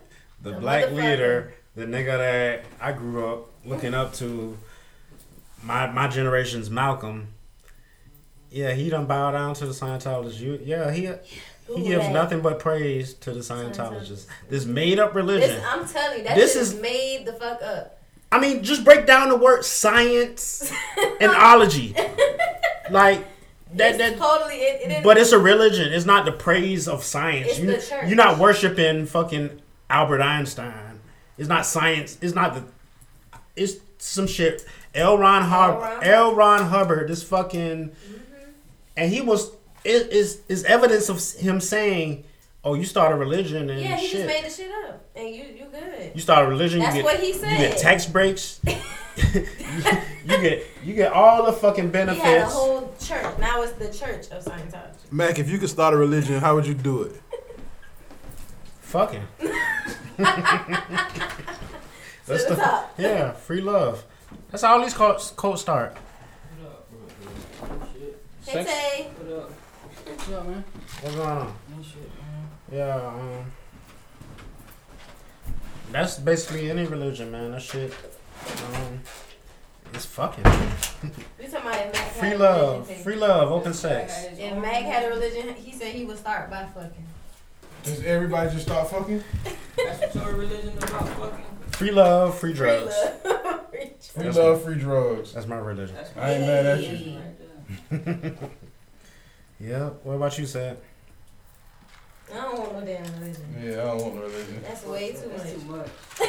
Speaker 5: the,
Speaker 4: The
Speaker 5: black
Speaker 4: motherfucker.
Speaker 5: leader, the nigga that I grew up looking up to, my my generation's Malcolm. Yeah, he done bow down to the Scientologists. You, yeah, he he
Speaker 4: Who
Speaker 5: gives
Speaker 4: that?
Speaker 5: nothing but praise to the Scientologists.
Speaker 4: Scientologists. um,
Speaker 5: This made up religion.
Speaker 4: This, I'm telling you, that
Speaker 5: This
Speaker 4: shit
Speaker 5: is-
Speaker 4: is made the fuck up.
Speaker 5: I mean, just break down the word science and ology, like that.
Speaker 4: It's
Speaker 5: that
Speaker 4: totally it. it is,
Speaker 5: But it's a religion. It's not the praise of science.
Speaker 4: It's
Speaker 5: you,
Speaker 4: the church.
Speaker 5: You're not worshiping fucking Albert Einstein. It's not science. It's not the. It's some shit. L. Ron Hubbard.
Speaker 4: Ron Mm-hmm.
Speaker 5: L. Ron Hubbard. This fucking. And he was. It is is evidence of him saying, "Oh, you start a religion and
Speaker 4: yeah, he
Speaker 5: shit.
Speaker 4: just made the shit up, and you you good.
Speaker 5: you start a religion.
Speaker 4: That's
Speaker 5: you get,
Speaker 4: what he
Speaker 5: You get
Speaker 4: said.
Speaker 5: tax breaks. you get you get all the fucking
Speaker 4: He had a
Speaker 5: benefits.
Speaker 4: whole church. Now it's the Church of Scientology.
Speaker 6: Mac, if you could start a religion, how would you do it?
Speaker 5: Fucking. That's
Speaker 4: to the
Speaker 5: the-
Speaker 4: top.
Speaker 5: Yeah, free love. That's how all these cults, cults start.
Speaker 4: Hey, Tay.
Speaker 5: What's going on? Yeah, um, that's basically any religion, man. That shit, um, it's fucking
Speaker 4: We talking about if Mac had
Speaker 5: free
Speaker 4: a
Speaker 5: love,
Speaker 4: religion,
Speaker 5: free love, open sex.
Speaker 4: If Mac had a religion, he said he would start by fucking.
Speaker 7: Does everybody just start fucking?
Speaker 10: That's what your religion about fucking.
Speaker 5: Free love, free
Speaker 4: Free
Speaker 5: drugs.
Speaker 4: love. Free drugs.
Speaker 7: Free
Speaker 5: That's
Speaker 7: love, free drugs.
Speaker 5: That's my religion.
Speaker 10: That's
Speaker 7: I ain't mad at you.
Speaker 10: religion right there.
Speaker 5: Yeah. What about you, Sad?
Speaker 4: I don't want no damn religion.
Speaker 7: Yeah, I don't want no religion.
Speaker 4: That's way too
Speaker 10: That's too
Speaker 4: much.
Speaker 10: much.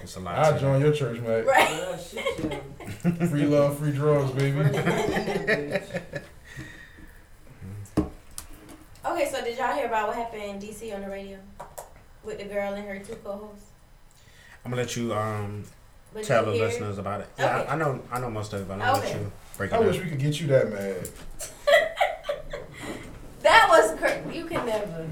Speaker 5: It's a
Speaker 7: I'll join your church, mate.
Speaker 4: Right.
Speaker 10: Well, shit, yeah.
Speaker 7: Free love, free drugs, baby.
Speaker 4: Okay, so did y'all hear about what happened in DC on the radio with the girl and her two co-hosts?
Speaker 5: I'm gonna let you um
Speaker 4: But
Speaker 5: tell
Speaker 4: you
Speaker 5: the
Speaker 4: hear-
Speaker 5: listeners about it. Yeah,
Speaker 4: Okay.
Speaker 5: I, I know. I know most of it, but I'm gonna
Speaker 4: Okay.
Speaker 5: let you break it
Speaker 7: I wish
Speaker 5: down.
Speaker 7: we could get you that mad.
Speaker 4: That was crazy. You can never.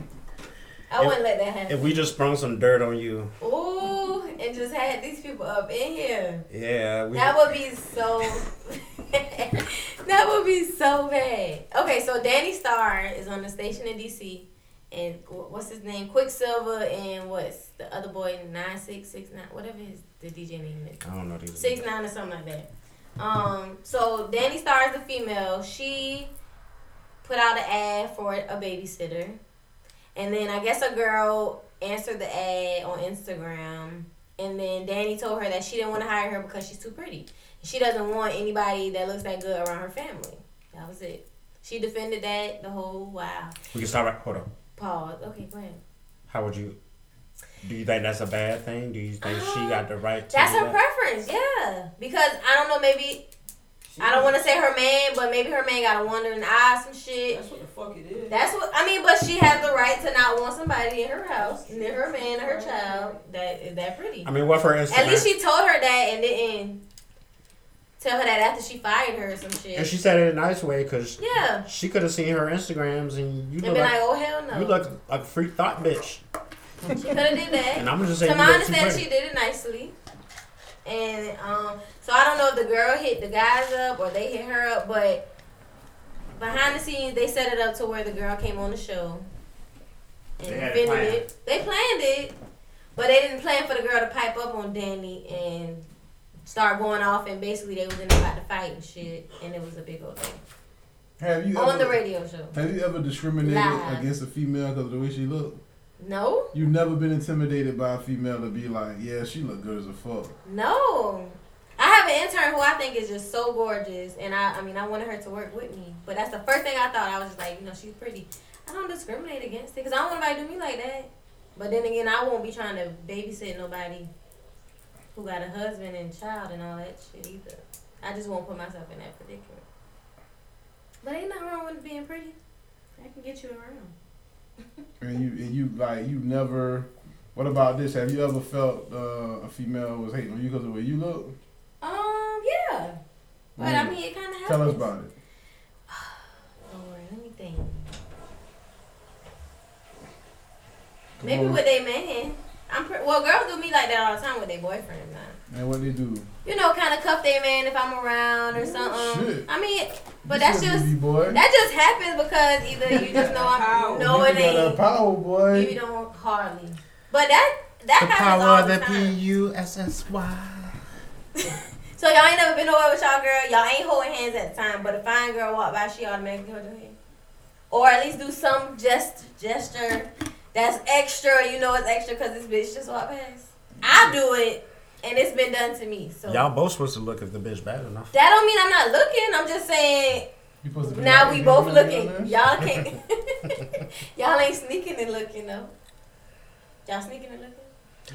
Speaker 4: I
Speaker 5: If-
Speaker 4: wouldn't let that
Speaker 5: If
Speaker 4: happen.
Speaker 5: we just sprung some dirt on you,
Speaker 4: Ooh, and just had these people up in here.
Speaker 5: yeah, we.
Speaker 4: That would be so. that would be so bad. Okay, so Danny Starr is on the station in DC, and wh- what's his name? Quicksilver and what's the other boy? Nine six six nine. Whatever his the DJ name is.
Speaker 5: I don't know these.
Speaker 4: six nine or something like that. Um, so Danny Star is a female. She put out an ad for a babysitter, and then I guess a girl answered the ad on Instagram, and then Danny told her that she didn't want to hire her because she's too pretty. She doesn't want anybody that looks that good around her family. That was it. She defended that the whole while.
Speaker 5: We can stop right. Hold on.
Speaker 4: Pause. Okay, go ahead.
Speaker 5: How would you? Do you think that's a bad thing? Do you think she
Speaker 4: Um,
Speaker 5: got the right to?
Speaker 4: That's
Speaker 5: do
Speaker 4: her
Speaker 5: that?
Speaker 4: preference, yeah. Because I don't know, maybe I don't want to say her man, but maybe her man got a wandering eye, some shit.
Speaker 10: That's what the fuck it is.
Speaker 4: That's what I mean. But she has the right to not want somebody in her house, near her man or her child that is that pretty.
Speaker 5: I mean, what for Instagram?
Speaker 4: At least she told her that and didn't tell her that after she fired her or some
Speaker 5: And
Speaker 4: shit.
Speaker 5: she said it in a nice way because
Speaker 4: Yeah,
Speaker 5: she could have seen her Instagrams and you
Speaker 4: and
Speaker 5: look
Speaker 4: been
Speaker 5: like,
Speaker 4: like, oh hell
Speaker 5: you
Speaker 4: no,
Speaker 5: look like a freak thought bitch.
Speaker 4: she could have did that.
Speaker 5: And I'm just saying,
Speaker 4: To
Speaker 5: you
Speaker 4: my
Speaker 5: look too
Speaker 4: understanding, she
Speaker 5: pretty.
Speaker 4: did it nicely. And um, so I don't know if the girl hit the guys up or they hit her up, but behind the scenes, they set it up to where the girl came on the show and
Speaker 5: They had it
Speaker 4: invented
Speaker 5: planned.
Speaker 4: it. They planned it, but they didn't plan for the girl to pipe up on Danny and start going off, and basically they was in there about to fight and shit, and it was a big old thing
Speaker 7: Have you
Speaker 4: on the
Speaker 7: ever,
Speaker 4: radio show.
Speaker 7: have you ever discriminated
Speaker 4: Live.
Speaker 7: against a female because of the way she looked?
Speaker 4: No,
Speaker 7: You've never been intimidated by a female to be like, yeah, she look good as a fuck.
Speaker 4: No. I have an intern who I think is just so gorgeous, and I, I mean, I wanted her to work with me, but that's the first thing I thought. I was just like, you know, she's pretty. I don't discriminate against it because I don't want nobody to do me like that. But then again, I won't be trying to babysit nobody who got a husband and child and all that shit either. I just won't put myself in that predicament. But ain't nothing wrong with being pretty. I can get you around.
Speaker 7: And you and you like you never. What about this? Have you ever felt uh, a female was hating on you because of the way you look?
Speaker 4: Um, yeah. But I
Speaker 7: Mm.
Speaker 4: mean, it kind of happens.
Speaker 7: Tell us about it.
Speaker 4: Lord, let me think.
Speaker 7: Come
Speaker 4: Maybe
Speaker 7: on.
Speaker 4: with they man. I'm pre- well, girls do me like that all the time with their boyfriend. Now.
Speaker 7: and what they do.
Speaker 4: You know, kind of cuff their man if I'm around or something.
Speaker 7: Oh, shit.
Speaker 4: I mean, but
Speaker 7: You
Speaker 4: that's
Speaker 7: still
Speaker 4: just
Speaker 7: BB boy.
Speaker 4: that just happens because either you just know I'm
Speaker 10: Power.
Speaker 4: no it
Speaker 7: you got that uh,
Speaker 4: ain't.
Speaker 7: power boy.
Speaker 4: Maybe don't hardly. But that that
Speaker 5: The
Speaker 4: happens
Speaker 5: power
Speaker 4: all
Speaker 5: of
Speaker 4: the
Speaker 5: the P
Speaker 4: time.
Speaker 5: U S S Y.
Speaker 4: So y'all ain't never been nowhere with y'all girl. Y'all ain't holding hands at the time, but a fine girl walk by, she automatically hold your hand, or at least do some gest gesture that's extra. You know it's extra because this bitch just walked past. I do it, and it's been done to me. So
Speaker 5: Y'all both supposed to look if the bitch bad enough.
Speaker 4: that don't mean I'm not looking. I'm just saying
Speaker 7: You supposed to be
Speaker 4: now
Speaker 7: like,
Speaker 4: we
Speaker 7: you
Speaker 4: both
Speaker 7: know,
Speaker 4: looking.
Speaker 7: you know,
Speaker 4: Y'all can't. y'all ain't sneaking and looking though. Y'all sneaking and looking?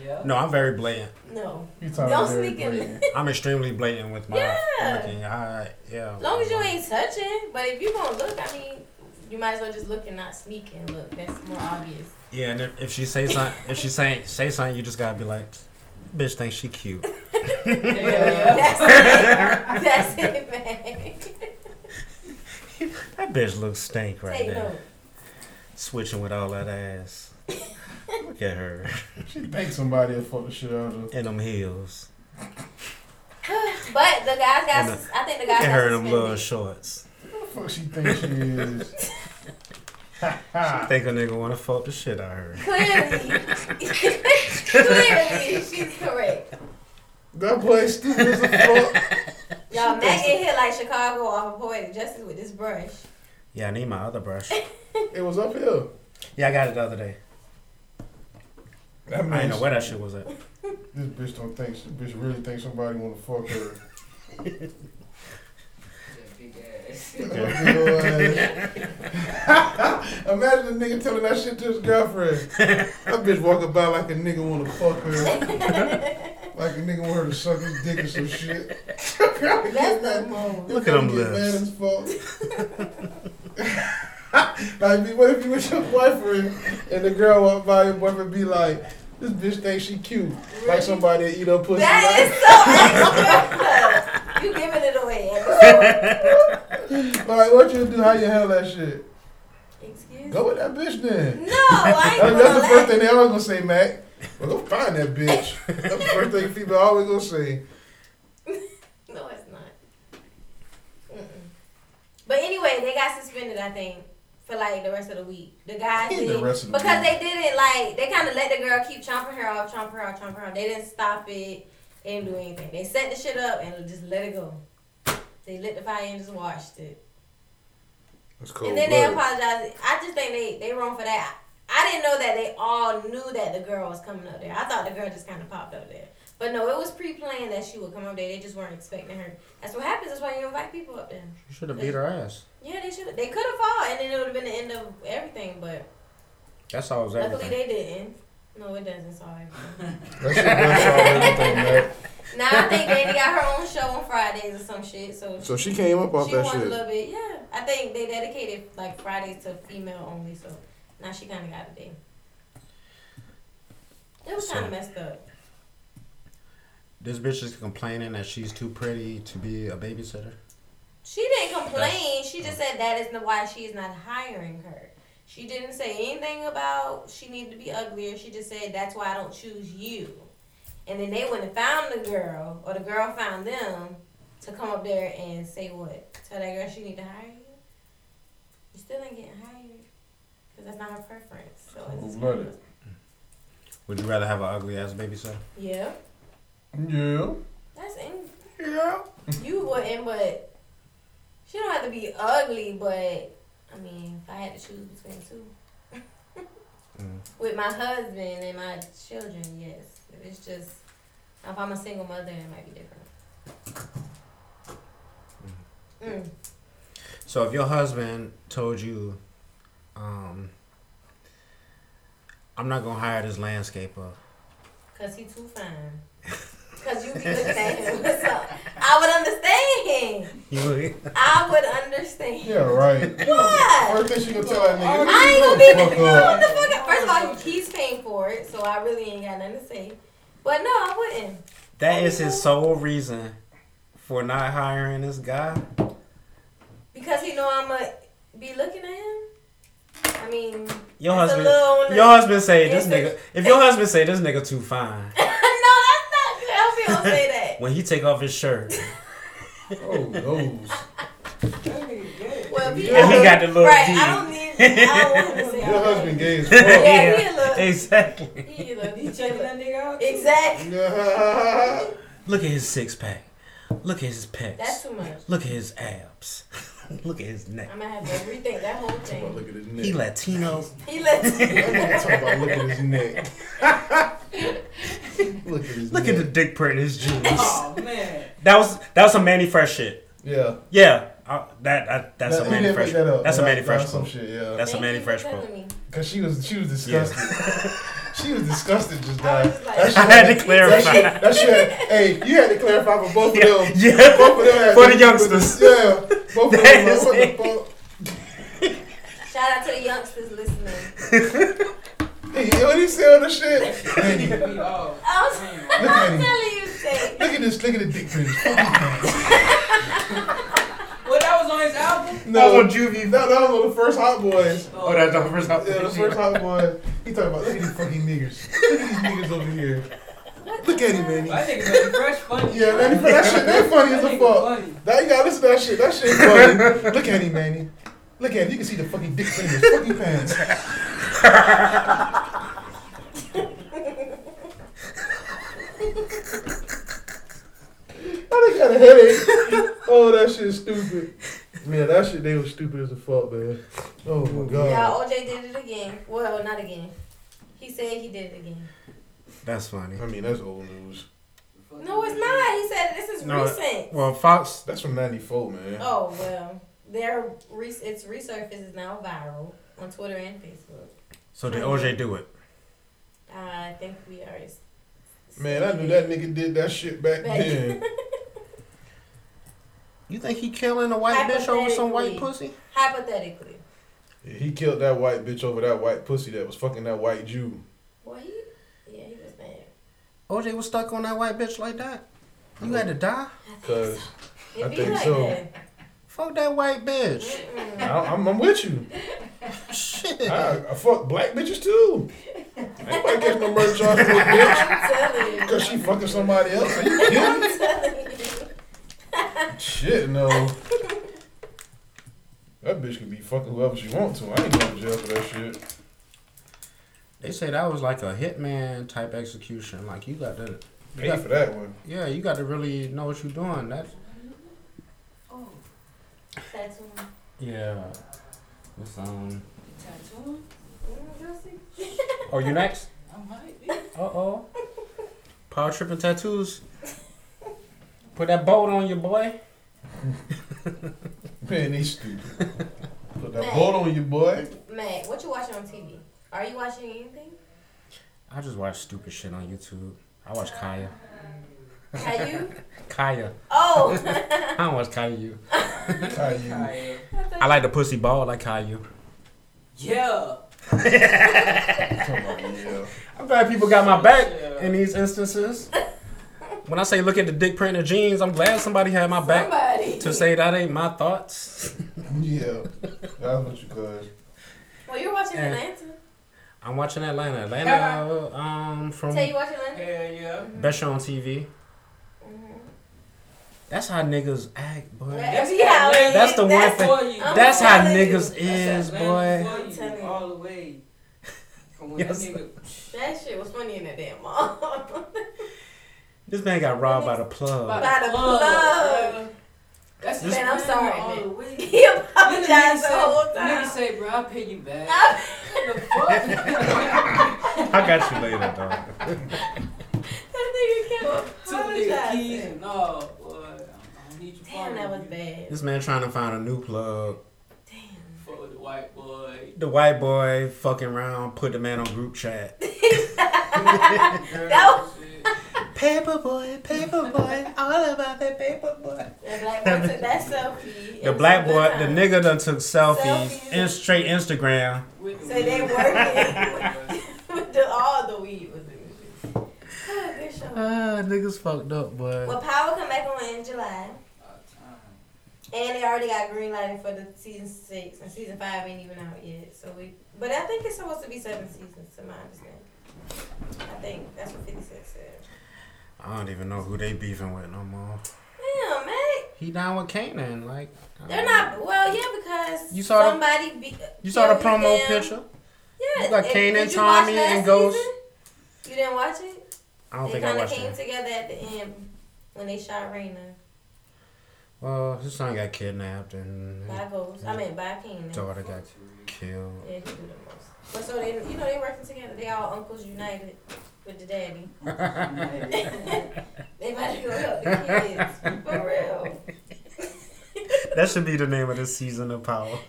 Speaker 10: Yeah.
Speaker 5: No, I'm very blatant.
Speaker 4: No.
Speaker 7: You talking
Speaker 4: Y'all
Speaker 7: about Barry
Speaker 4: sneaking.
Speaker 7: Brand.
Speaker 5: I'm extremely blatant with my
Speaker 4: Yeah.
Speaker 5: looking. I, yeah.
Speaker 4: As long as you ain't touching, but if you gonna look, I mean, you might as well just look and not sneak and look. That's more obvious.
Speaker 5: Yeah, and if, if she say something, if she say say something, you just gotta be like, bitch, thinks she cute.
Speaker 4: That's it. That's it, man.
Speaker 5: That bitch looks stink right
Speaker 4: Take
Speaker 5: now.
Speaker 4: note.
Speaker 5: Switching with all that ass. Look at her
Speaker 7: She think somebody will fuck the shit out of her.
Speaker 5: in them heels.
Speaker 4: But the guys got,
Speaker 5: And
Speaker 4: sus- I think the
Speaker 5: Look
Speaker 4: guys
Speaker 5: at
Speaker 4: got
Speaker 5: her in them little
Speaker 4: suspended.
Speaker 5: shorts.
Speaker 7: Who the fuck she think she is? Ha
Speaker 5: I
Speaker 7: ha.
Speaker 5: think a nigga wanna fuck the shit out of her.
Speaker 4: Clearly, clearly, she's correct.
Speaker 7: That boy stupid as a fuck.
Speaker 4: Y'all, Mac get hit like Chicago off of Poetic Justice with this brush.
Speaker 5: Yeah, I need my other brush.
Speaker 7: It was up here.
Speaker 5: Yeah, I got it the other day.
Speaker 6: That
Speaker 5: I didn't
Speaker 6: means
Speaker 5: know where that shit was at.
Speaker 6: this bitch don't think this bitch really think somebody want to fuck her.
Speaker 10: That big ass.
Speaker 6: Imagine a nigga telling that shit to his girlfriend. That bitch walking by like a nigga want to fuck her. like a nigga want her to suck his dick or some shit.
Speaker 4: That's the move.
Speaker 5: Look at them
Speaker 6: Get mad
Speaker 5: lips.
Speaker 6: as fuck. like, what if you with your boyfriend and the girl walk by your boyfriend be like, this bitch thinks she cute. Like somebody that eat up pussy.
Speaker 4: That is so extra.
Speaker 6: Like-
Speaker 4: you giving it away. episode.
Speaker 6: like, what you do? How you handle that shit?
Speaker 4: Excuse me.
Speaker 6: Go with that bitch then.
Speaker 4: No, I ain't
Speaker 6: That's,
Speaker 4: gonna
Speaker 6: that's the first
Speaker 4: let
Speaker 6: thing they always gonna say, Mac. Well, go find that bitch. That's the first thing female always gonna say.
Speaker 4: No, it's not. Mm-mm. But anyway, they got suspended, I think, for like the rest of the week. The guys
Speaker 6: The
Speaker 4: did
Speaker 6: rest of the
Speaker 4: because they
Speaker 6: week.
Speaker 4: didn't like they kind of let the girl keep chomping her off, chomping her off, chomping her off. They didn't stop it. They didn't do anything. They set the shit up and just let it go. They lit the fire and just watched it.
Speaker 6: That's cold.
Speaker 4: and then they apologized. I just think they they wrong for that. I didn't know that they all knew that the girl was coming up there. I thought the girl just kind of popped up there. But no, it was pre-planned that she would come up there. They just weren't expecting her. That's what happens. That's why you invite people up there.
Speaker 5: You should have beat her ass.
Speaker 4: Yeah, they should. They could have fought, and then it would have been the end of everything. But
Speaker 5: That's all it was
Speaker 4: luckily, they
Speaker 5: everything.
Speaker 4: didn't. No, it doesn't. Sorry.
Speaker 6: That shit does solve everything, Mac.
Speaker 4: now I think Danny got her own show on Fridays or some shit. So,
Speaker 6: So she came up off
Speaker 4: she
Speaker 6: that
Speaker 4: won a
Speaker 6: shit.
Speaker 4: little bit. Yeah, I think they dedicated like Fridays to female only. So now she kind of got a day. It was kind
Speaker 5: So-
Speaker 4: of messed up.
Speaker 5: This bitch is complaining that she's too pretty to be a babysitter.
Speaker 4: She didn't complain. She just said that is the- why she is not hiring her. She didn't say anything about she needed to be uglier. She just said that's why I don't choose you. And then they went and found the girl, or the girl found them, to come up there and say what? Tell that girl she need to hire you. You still ain't getting hired because that's not her preference. So it's just
Speaker 7: Cold-blooded.
Speaker 5: Would you rather have an ugly ass babysitter?
Speaker 4: yeah,
Speaker 7: Yeah.
Speaker 4: that's in.
Speaker 6: Yeah.
Speaker 4: You wouldn't, but she don't have to be ugly. But I mean, if I had to choose between two,
Speaker 5: Mm.
Speaker 4: with my husband and my children, yes. If it's just if I'm a single mother, it might be different. Mm.
Speaker 5: So if your husband told you, um, I'm not gonna hire this landscaper.
Speaker 4: Cause he too fine. Cause you be looking at him. What's up? I would understand.
Speaker 5: You
Speaker 4: I would understand.
Speaker 6: Yeah, right.
Speaker 4: What?
Speaker 6: First thing she gonna tell that nigga.
Speaker 4: I ain't gonna
Speaker 6: "You
Speaker 4: be.
Speaker 6: fuck
Speaker 4: You what
Speaker 6: up."
Speaker 4: the fuck? First of all, he's paying for it, so I really ain't got nothing to say. But no, I wouldn't.
Speaker 5: that is his sole reason for not hiring this guy.
Speaker 4: Because he know I'ma be looking at him. I mean,
Speaker 5: Your
Speaker 4: That's a
Speaker 5: husband,
Speaker 4: little on the-
Speaker 5: your husband say this
Speaker 4: It's a-
Speaker 5: nigga. If your husband say this nigga too fine,
Speaker 4: no, that's not good. I don't say that.
Speaker 5: when he take off his shirt
Speaker 6: Oh, those.
Speaker 10: That nigga gay.
Speaker 4: Well, if he,
Speaker 5: and he got the little
Speaker 4: right,
Speaker 5: D.
Speaker 4: I don't need. I don't want him to say.
Speaker 6: Your
Speaker 4: all that.
Speaker 6: husband gay as fuck.
Speaker 4: Yeah, he a little-
Speaker 5: exactly.
Speaker 4: He look-
Speaker 10: He checking that nigga out. too.
Speaker 4: Exactly.
Speaker 5: Look at his six pack. Look at his pecs.
Speaker 4: That's too much.
Speaker 5: Look at his abs. Look at his neck.
Speaker 4: I'm gonna have to rethink that whole thing.
Speaker 6: Look at his
Speaker 5: He
Speaker 6: neck.
Speaker 5: Latino.
Speaker 4: He lets me.
Speaker 6: That nigga talking about look at his neck. Look at his
Speaker 5: Look
Speaker 6: neck.
Speaker 5: at the dick print in his jeans.
Speaker 10: Oh man.
Speaker 5: That was that was some Manny Fresh shit.
Speaker 6: Yeah.
Speaker 5: Yeah, I, that, I, that's
Speaker 6: That-
Speaker 5: a
Speaker 6: you
Speaker 5: Manny
Speaker 6: didn't
Speaker 5: Fresh.
Speaker 6: make that up.
Speaker 5: That's a
Speaker 6: That-
Speaker 5: Manny
Speaker 6: that's
Speaker 5: Fresh
Speaker 6: Some
Speaker 5: quote.
Speaker 6: shit, yeah.
Speaker 5: That's a Manny Fresh quote.
Speaker 6: Cause she was she was disgusted. she was disgusted just now.
Speaker 4: I was just like-
Speaker 6: That shit-
Speaker 5: I had to
Speaker 6: That
Speaker 5: clarify.
Speaker 6: shit, that shit, hey, you had to clarify for both
Speaker 5: Yeah,
Speaker 6: of them.
Speaker 5: yeah.
Speaker 6: Both of them had
Speaker 5: For the
Speaker 6: to-
Speaker 5: youngsters.
Speaker 6: Yeah. Both of
Speaker 5: That
Speaker 6: them like,
Speaker 5: is
Speaker 6: what
Speaker 5: it.
Speaker 6: the fuck?
Speaker 4: Shout out to the youngsters listening.
Speaker 6: Hey, what he said on the shit? Hey, look
Speaker 10: We all.
Speaker 4: I'm,
Speaker 6: Look at
Speaker 4: I'm
Speaker 6: him.
Speaker 4: telling you, say.
Speaker 6: at this, look at the dick print.
Speaker 10: Well, that was on his album.
Speaker 5: That
Speaker 6: No,
Speaker 5: was on
Speaker 6: no,
Speaker 5: Juvie.
Speaker 6: that was on the first Hot Boys.
Speaker 5: Oh, that's the first time.
Speaker 6: Yeah, the first Hot Boys. He talking about, look at these fucking niggers. Look at these niggers over here. Look at him, man.
Speaker 10: That nigga Manny Fresh funny.
Speaker 6: Yeah, man, that shit, they funny as
Speaker 10: That
Speaker 6: a
Speaker 10: nigga
Speaker 6: fuck.
Speaker 10: funny.
Speaker 6: Now you gotta listen to that shit. That shit funny. Look at him, Manny. Look at him. You can see the fucking dick in his fucking pants. I done got a headache. Oh, that shit's stupid. Man, that shit, they was stupid as a fuck, man. Oh my god.
Speaker 4: Yeah, OJ did it again. Well, not again. He said he did it again.
Speaker 5: That's funny.
Speaker 6: I mean, that's old news.
Speaker 4: No, it's not. He said this is
Speaker 5: No.
Speaker 4: recent.
Speaker 5: Well, Fox.
Speaker 6: That's from '94, man.
Speaker 4: Oh well, their re- its resurface is now viral on Twitter and Facebook.
Speaker 5: So did OJ do it?
Speaker 4: I think we are.
Speaker 6: Man, I knew that nigga did that shit back
Speaker 4: Back-
Speaker 6: then.
Speaker 5: You think he killing a white bitch over some white
Speaker 4: Hypothetically.
Speaker 5: pussy?
Speaker 4: Hypothetically,
Speaker 6: Yeah, he killed that white bitch over that white pussy that was fucking that white Jew.
Speaker 4: well, he yeah he was mad.
Speaker 5: OJ was stuck on that white bitch like that. You had to die.
Speaker 6: Cause
Speaker 4: It
Speaker 6: I
Speaker 4: be
Speaker 6: think
Speaker 4: like
Speaker 6: so.
Speaker 4: that.
Speaker 5: Fuck that white bitch.
Speaker 6: I, I'm, I'm with you.
Speaker 5: Shit.
Speaker 6: I, I fuck black bitches too. Ain't nobody catch no murder charge for a bitch
Speaker 4: I'm telling you.
Speaker 6: because she fucking somebody else. Are you kidding me?
Speaker 4: I'm telling you.
Speaker 6: Shit, no. That bitch can be fucking whoever she want to. I ain't going to jail for that shit.
Speaker 5: They say that was like a hitman type execution. Like you got to, you
Speaker 6: Pay
Speaker 5: got,
Speaker 6: for that one.
Speaker 5: yeah, you got to really know what you're doing. That's
Speaker 4: Tattoo.
Speaker 5: yeah. It's, um.
Speaker 10: Tattoo?
Speaker 5: Oh, you next?
Speaker 10: I might be.
Speaker 5: Uh oh. Power tripping tattoos. Put that bolt on your boy.
Speaker 6: Man, they stupid. Put that bolt on you, boy.
Speaker 4: Matt, what you watching on TV? Are you watching anything?
Speaker 5: I just watch stupid shit on YouTube. I watch Kaya.
Speaker 4: Have you?
Speaker 5: Kaya.
Speaker 4: Oh.
Speaker 5: I don't watch Caillou.
Speaker 6: Caillou.
Speaker 10: Tired.
Speaker 5: I like the pussy ball like Caillou.
Speaker 10: Yeah.
Speaker 6: Come on, yeah.
Speaker 5: I'm glad people got my back in these instances. When I say look at the dick print of jeans, I'm glad somebody had my back
Speaker 4: Somebody.
Speaker 5: to say that ain't my thoughts.
Speaker 6: Yeah. That's what you cuz.
Speaker 4: Well, you're watching
Speaker 5: Yeah.
Speaker 4: Atlanta.
Speaker 5: I'm watching Atlanta. Atlanta, um, from
Speaker 4: Tell you watch Atlanta.
Speaker 10: Hell yeah.
Speaker 5: Best Show on TV.
Speaker 4: Mm-hmm.
Speaker 5: That's how niggas act, boy.
Speaker 4: That's, yeah,
Speaker 10: Atlanta.
Speaker 5: That's the one
Speaker 4: that's-
Speaker 5: thing.
Speaker 10: For you.
Speaker 4: I'm
Speaker 5: That's how
Speaker 4: telling you.
Speaker 5: niggas
Speaker 10: That's
Speaker 5: is, boy.
Speaker 10: Atlanta For
Speaker 4: Tell me.
Speaker 10: you all the way. From when
Speaker 5: Yes.
Speaker 10: that nigga
Speaker 4: That shit was funny in that damn mall.
Speaker 5: This man got robbed by the plug.
Speaker 4: By the plug.
Speaker 10: bruh. That's
Speaker 4: This- Man, I'm
Speaker 10: Atlanta
Speaker 4: sorry,
Speaker 10: all
Speaker 4: man.
Speaker 10: the way.
Speaker 4: He
Speaker 10: Then the nigga
Speaker 4: apologized the
Speaker 10: say-
Speaker 4: whole
Speaker 10: Nigga
Speaker 4: time.
Speaker 10: say, bro, I'll pay you back. the fuck?
Speaker 5: I got you later, dog.
Speaker 4: That nigga kept
Speaker 10: Took nigga keys
Speaker 4: apologizing.
Speaker 10: and all. Boy, I don't need you
Speaker 4: Damn, that was
Speaker 10: following me.
Speaker 4: bad.
Speaker 5: This man trying to find a new plug.
Speaker 10: Fuck with the white boy.
Speaker 5: The white boy fucking around, put the man on group chat.
Speaker 4: That was
Speaker 10: Shit.
Speaker 5: Paper boy, paper boy, all about that paper boy.
Speaker 4: the black boy took that selfie.
Speaker 5: The black boy, the
Speaker 4: nigga.
Speaker 5: nigga done took selfies
Speaker 4: Selfies.
Speaker 5: and straight Instagram.
Speaker 10: With the
Speaker 4: So they
Speaker 10: weed.
Speaker 4: working. With the, all the weed was in it. Ah, good show.
Speaker 5: Ah, niggas fucked up, boy.
Speaker 4: Well, Power come back on in July.
Speaker 10: About time.
Speaker 4: And they already got green lighting for the season six, and season five ain't even out yet. So we, but I think it's supposed to be seven seasons, to my understanding. I think that's what Fifty Six said.
Speaker 5: I don't even know who they beefing with no more.
Speaker 4: Damn, man,
Speaker 5: He down with Kanan, like. I
Speaker 4: they're
Speaker 5: don't
Speaker 4: not. Well, yeah, because
Speaker 5: You saw the-
Speaker 4: somebody. be,
Speaker 5: know. You saw the
Speaker 4: killed
Speaker 5: promo
Speaker 4: them.
Speaker 5: picture?
Speaker 4: Yeah,
Speaker 5: You got
Speaker 4: and-
Speaker 5: Kanan,
Speaker 4: did you watch
Speaker 5: Tommy,
Speaker 4: last
Speaker 5: and Ghost.
Speaker 4: season? You didn't watch it.
Speaker 5: I don't
Speaker 4: they
Speaker 5: think I
Speaker 4: kind of
Speaker 5: watched
Speaker 4: came
Speaker 5: it.
Speaker 4: together at the end when they shot Raina
Speaker 5: Well, his son got kidnapped and his
Speaker 4: by Ghost. I mean by Kanan.
Speaker 5: daughter got killed.
Speaker 4: Yeah, he do the most. But so they, you know, they working together. They all uncles united with the daddy. they about to go help the kids for real.
Speaker 5: That should be the name of this season of Power.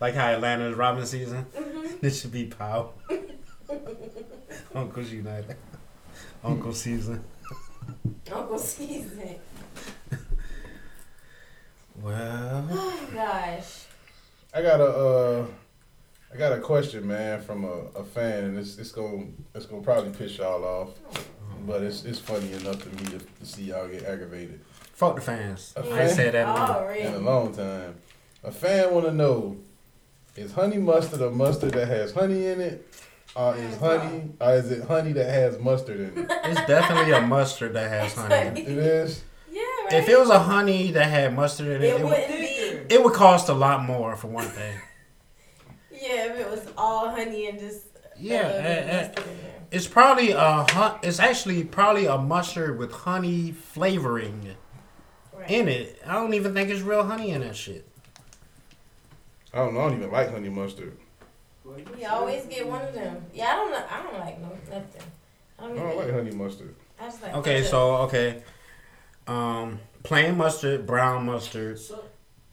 Speaker 5: like how Atlanta's Robin season.
Speaker 4: Mm-hmm.
Speaker 5: This should be Power. Uncles United. Uncle season.
Speaker 4: Uncle season.
Speaker 5: Well,
Speaker 4: Oh gosh.
Speaker 6: I got a uh, I got a question, man, from a, a fan, and it's it's gonna it's gonna probably piss y'all off, but it's it's funny enough to me to, to see y'all get aggravated.
Speaker 5: fuck the fans.
Speaker 6: A
Speaker 5: I ain't
Speaker 6: fan
Speaker 5: said that. in
Speaker 4: Oh,
Speaker 5: a minute.
Speaker 6: in a
Speaker 4: Already.
Speaker 6: long time, a fan want to know: Is honey mustard a mustard that has honey in it, or is honey, or is it honey that has mustard in it?
Speaker 5: It's definitely a mustard that has honey. In it.
Speaker 6: It is.
Speaker 4: Yeah, right.
Speaker 5: If it was a honey that had mustard in it,
Speaker 4: It
Speaker 5: it, would,
Speaker 4: wouldn't be.
Speaker 5: it would cost a lot more for one thing.
Speaker 4: Yeah, if it was all honey and just.
Speaker 5: Yeah,
Speaker 4: uh,
Speaker 5: eh, eh.
Speaker 4: mustard in there.
Speaker 5: It's probably a hun- it's actually probably a mustard with honey flavoring in it. I don't even think it's real honey in that shit.
Speaker 6: I don't know. I don't even like honey mustard.
Speaker 4: We always get one of them. Yeah, I don't know. I don't like no nothing. I
Speaker 5: Oh,
Speaker 4: don't
Speaker 6: I don't
Speaker 4: even.
Speaker 6: like honey mustard.
Speaker 4: I just like.
Speaker 5: Okay,
Speaker 4: ketchup.
Speaker 5: so okay, um, plain mustard, brown mustard,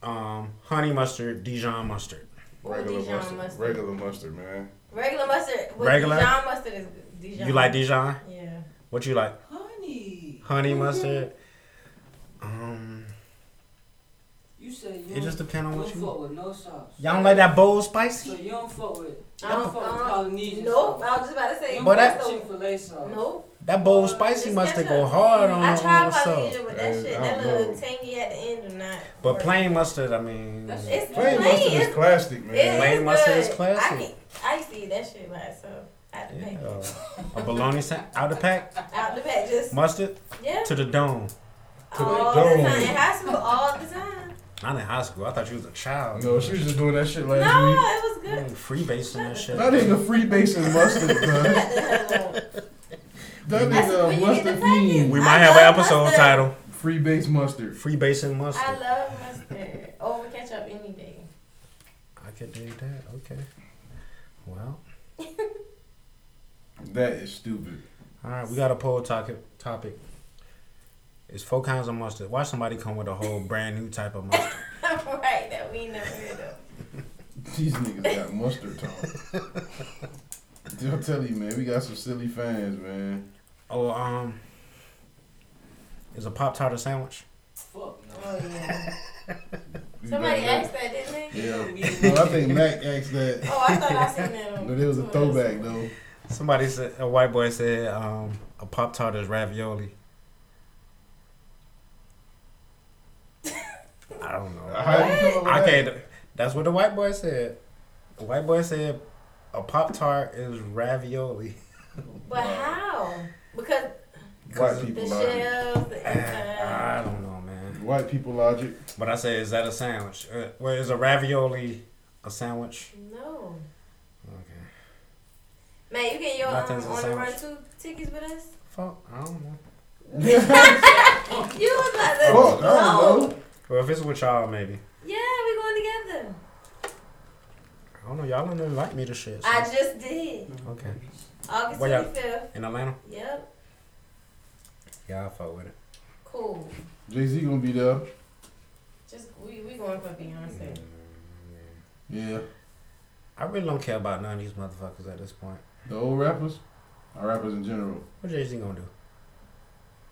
Speaker 5: um, honey mustard, Dijon mustard.
Speaker 6: Regular
Speaker 4: Dijon
Speaker 6: mustard.
Speaker 4: mustard.
Speaker 6: Regular mustard, man.
Speaker 4: regular mustard with
Speaker 5: Regular?
Speaker 4: Dijon mustard is good. Dijon.
Speaker 5: You like Dijon?
Speaker 4: Yeah.
Speaker 5: What you like?
Speaker 10: Honey,
Speaker 4: Mm-hmm.
Speaker 5: Honey mustard. Um,
Speaker 10: you said you
Speaker 5: it just depends on
Speaker 10: don't
Speaker 5: what you.
Speaker 10: fuck with no sauce.
Speaker 5: Y'all don't like that bold
Speaker 10: So
Speaker 5: spicy?
Speaker 10: you don't fuck with. You
Speaker 4: I
Speaker 10: don't
Speaker 4: don't,
Speaker 10: fuck with
Speaker 4: I
Speaker 10: Polynesian
Speaker 4: Um, nope.
Speaker 10: sauce.
Speaker 4: I was just about to say.
Speaker 10: You
Speaker 5: But
Speaker 10: don't
Speaker 5: that-
Speaker 10: fuck with Chick-fil-A sauce.
Speaker 4: Nope.
Speaker 5: That bold spicy
Speaker 4: It's
Speaker 5: mustard go
Speaker 4: ketchup.
Speaker 5: hard on
Speaker 4: I
Speaker 5: on
Speaker 4: tried
Speaker 5: what's up.
Speaker 4: Polynesian, but
Speaker 6: I-
Speaker 4: that shit,
Speaker 6: I
Speaker 4: that
Speaker 6: don't
Speaker 4: little
Speaker 6: know.
Speaker 4: tangy at the end, do not.
Speaker 5: But
Speaker 4: work.
Speaker 5: plain mustard, I mean,
Speaker 10: That's
Speaker 5: plain
Speaker 10: it.
Speaker 4: It's
Speaker 6: Plain
Speaker 4: plain.
Speaker 6: mustard
Speaker 4: It's
Speaker 6: is plastic,
Speaker 4: It is
Speaker 6: man.
Speaker 5: Plain mustard is
Speaker 4: good.
Speaker 5: classic.
Speaker 4: I, can, I see that shit by itself. Out the pack.
Speaker 5: yeah, uh, a bologna sa- out of pack
Speaker 4: Out the pack. Just,
Speaker 5: mustard
Speaker 4: yeah.
Speaker 5: to the dome.
Speaker 4: All
Speaker 6: the
Speaker 4: the
Speaker 6: dome.
Speaker 4: time. In high school, all the time.
Speaker 5: Not in high school. I thought you was a child.
Speaker 6: No, she was just doing that shit
Speaker 4: No,
Speaker 6: last week.
Speaker 4: it was
Speaker 5: You Mm.
Speaker 4: good.
Speaker 5: ain't free basing that shit.
Speaker 7: That nigga free basing mustard, bruh.
Speaker 4: Shut the hell up.
Speaker 7: That
Speaker 4: That's
Speaker 7: nigga
Speaker 4: when
Speaker 7: a
Speaker 4: you get the
Speaker 7: mustard fiend.
Speaker 5: We
Speaker 4: I
Speaker 5: might have an
Speaker 4: love
Speaker 5: episode
Speaker 4: mustard.
Speaker 5: title:
Speaker 7: Free base mustard.
Speaker 5: Free Basing Mustard.
Speaker 4: I love mustard over ketchup any day.
Speaker 5: I could do that. Okay. Well,
Speaker 6: That is stupid.
Speaker 5: all right. We got a poll topic. Topic. It's four kinds of mustard. Why somebody come with a whole brand new type of mustard?
Speaker 4: right, that we never heard of.
Speaker 7: These niggas
Speaker 6: Got mustard talk. I'm telling you, man, we got some silly fans, man.
Speaker 5: Oh, um, is a pop tart a sandwich?
Speaker 10: Fuck no.
Speaker 4: Oh, yeah.
Speaker 6: We
Speaker 4: Somebody
Speaker 6: better-
Speaker 4: asked that, didn't they?
Speaker 6: Yeah.
Speaker 10: We don't
Speaker 6: No,
Speaker 10: need-
Speaker 6: I think Mac asked that.
Speaker 4: Oh, I thought I seen that. on-
Speaker 6: But it was a
Speaker 4: somewhere else.
Speaker 6: throwback, though.
Speaker 5: Somebody said a white boy said um a pop tart is ravioli. I don't know.
Speaker 6: How you come up with
Speaker 5: I
Speaker 6: that?
Speaker 5: can't. That's what the white boy said. The white boy said a pop tart is ravioli.
Speaker 4: But how? Because
Speaker 6: White
Speaker 4: the
Speaker 6: people logic.
Speaker 4: shells, the
Speaker 6: Ah.
Speaker 5: I
Speaker 4: inside.
Speaker 5: don't know, man.
Speaker 6: White people logic.
Speaker 5: But I say, is that a sandwich? Uh, well, is a ravioli a sandwich?
Speaker 4: No.
Speaker 5: Okay.
Speaker 4: Man, you get your
Speaker 5: Nothing's
Speaker 4: um,
Speaker 5: a
Speaker 4: on the run
Speaker 5: sandwich.
Speaker 4: two tickets with us?
Speaker 5: Fuck, I don't know.
Speaker 4: You was like the
Speaker 6: Fuck, I don't know.
Speaker 5: Well, if it's with y'all, maybe.
Speaker 4: Yeah, we going together.
Speaker 5: I don't know. Y'all don't invite me to shit. so-
Speaker 4: I just did.
Speaker 5: okay.
Speaker 4: August
Speaker 5: Where y'all-
Speaker 4: twenty fifth.
Speaker 5: In Atlanta?
Speaker 4: Yep.
Speaker 5: Yeah, I fuck with it.
Speaker 4: Cool.
Speaker 6: Jay Z gonna be there.
Speaker 4: Just we we going for Beyonce.
Speaker 6: Yeah.
Speaker 5: I really don't care about none of these motherfuckers at this point.
Speaker 6: The old rappers, our rappers in general.
Speaker 5: What Jay Z gonna do?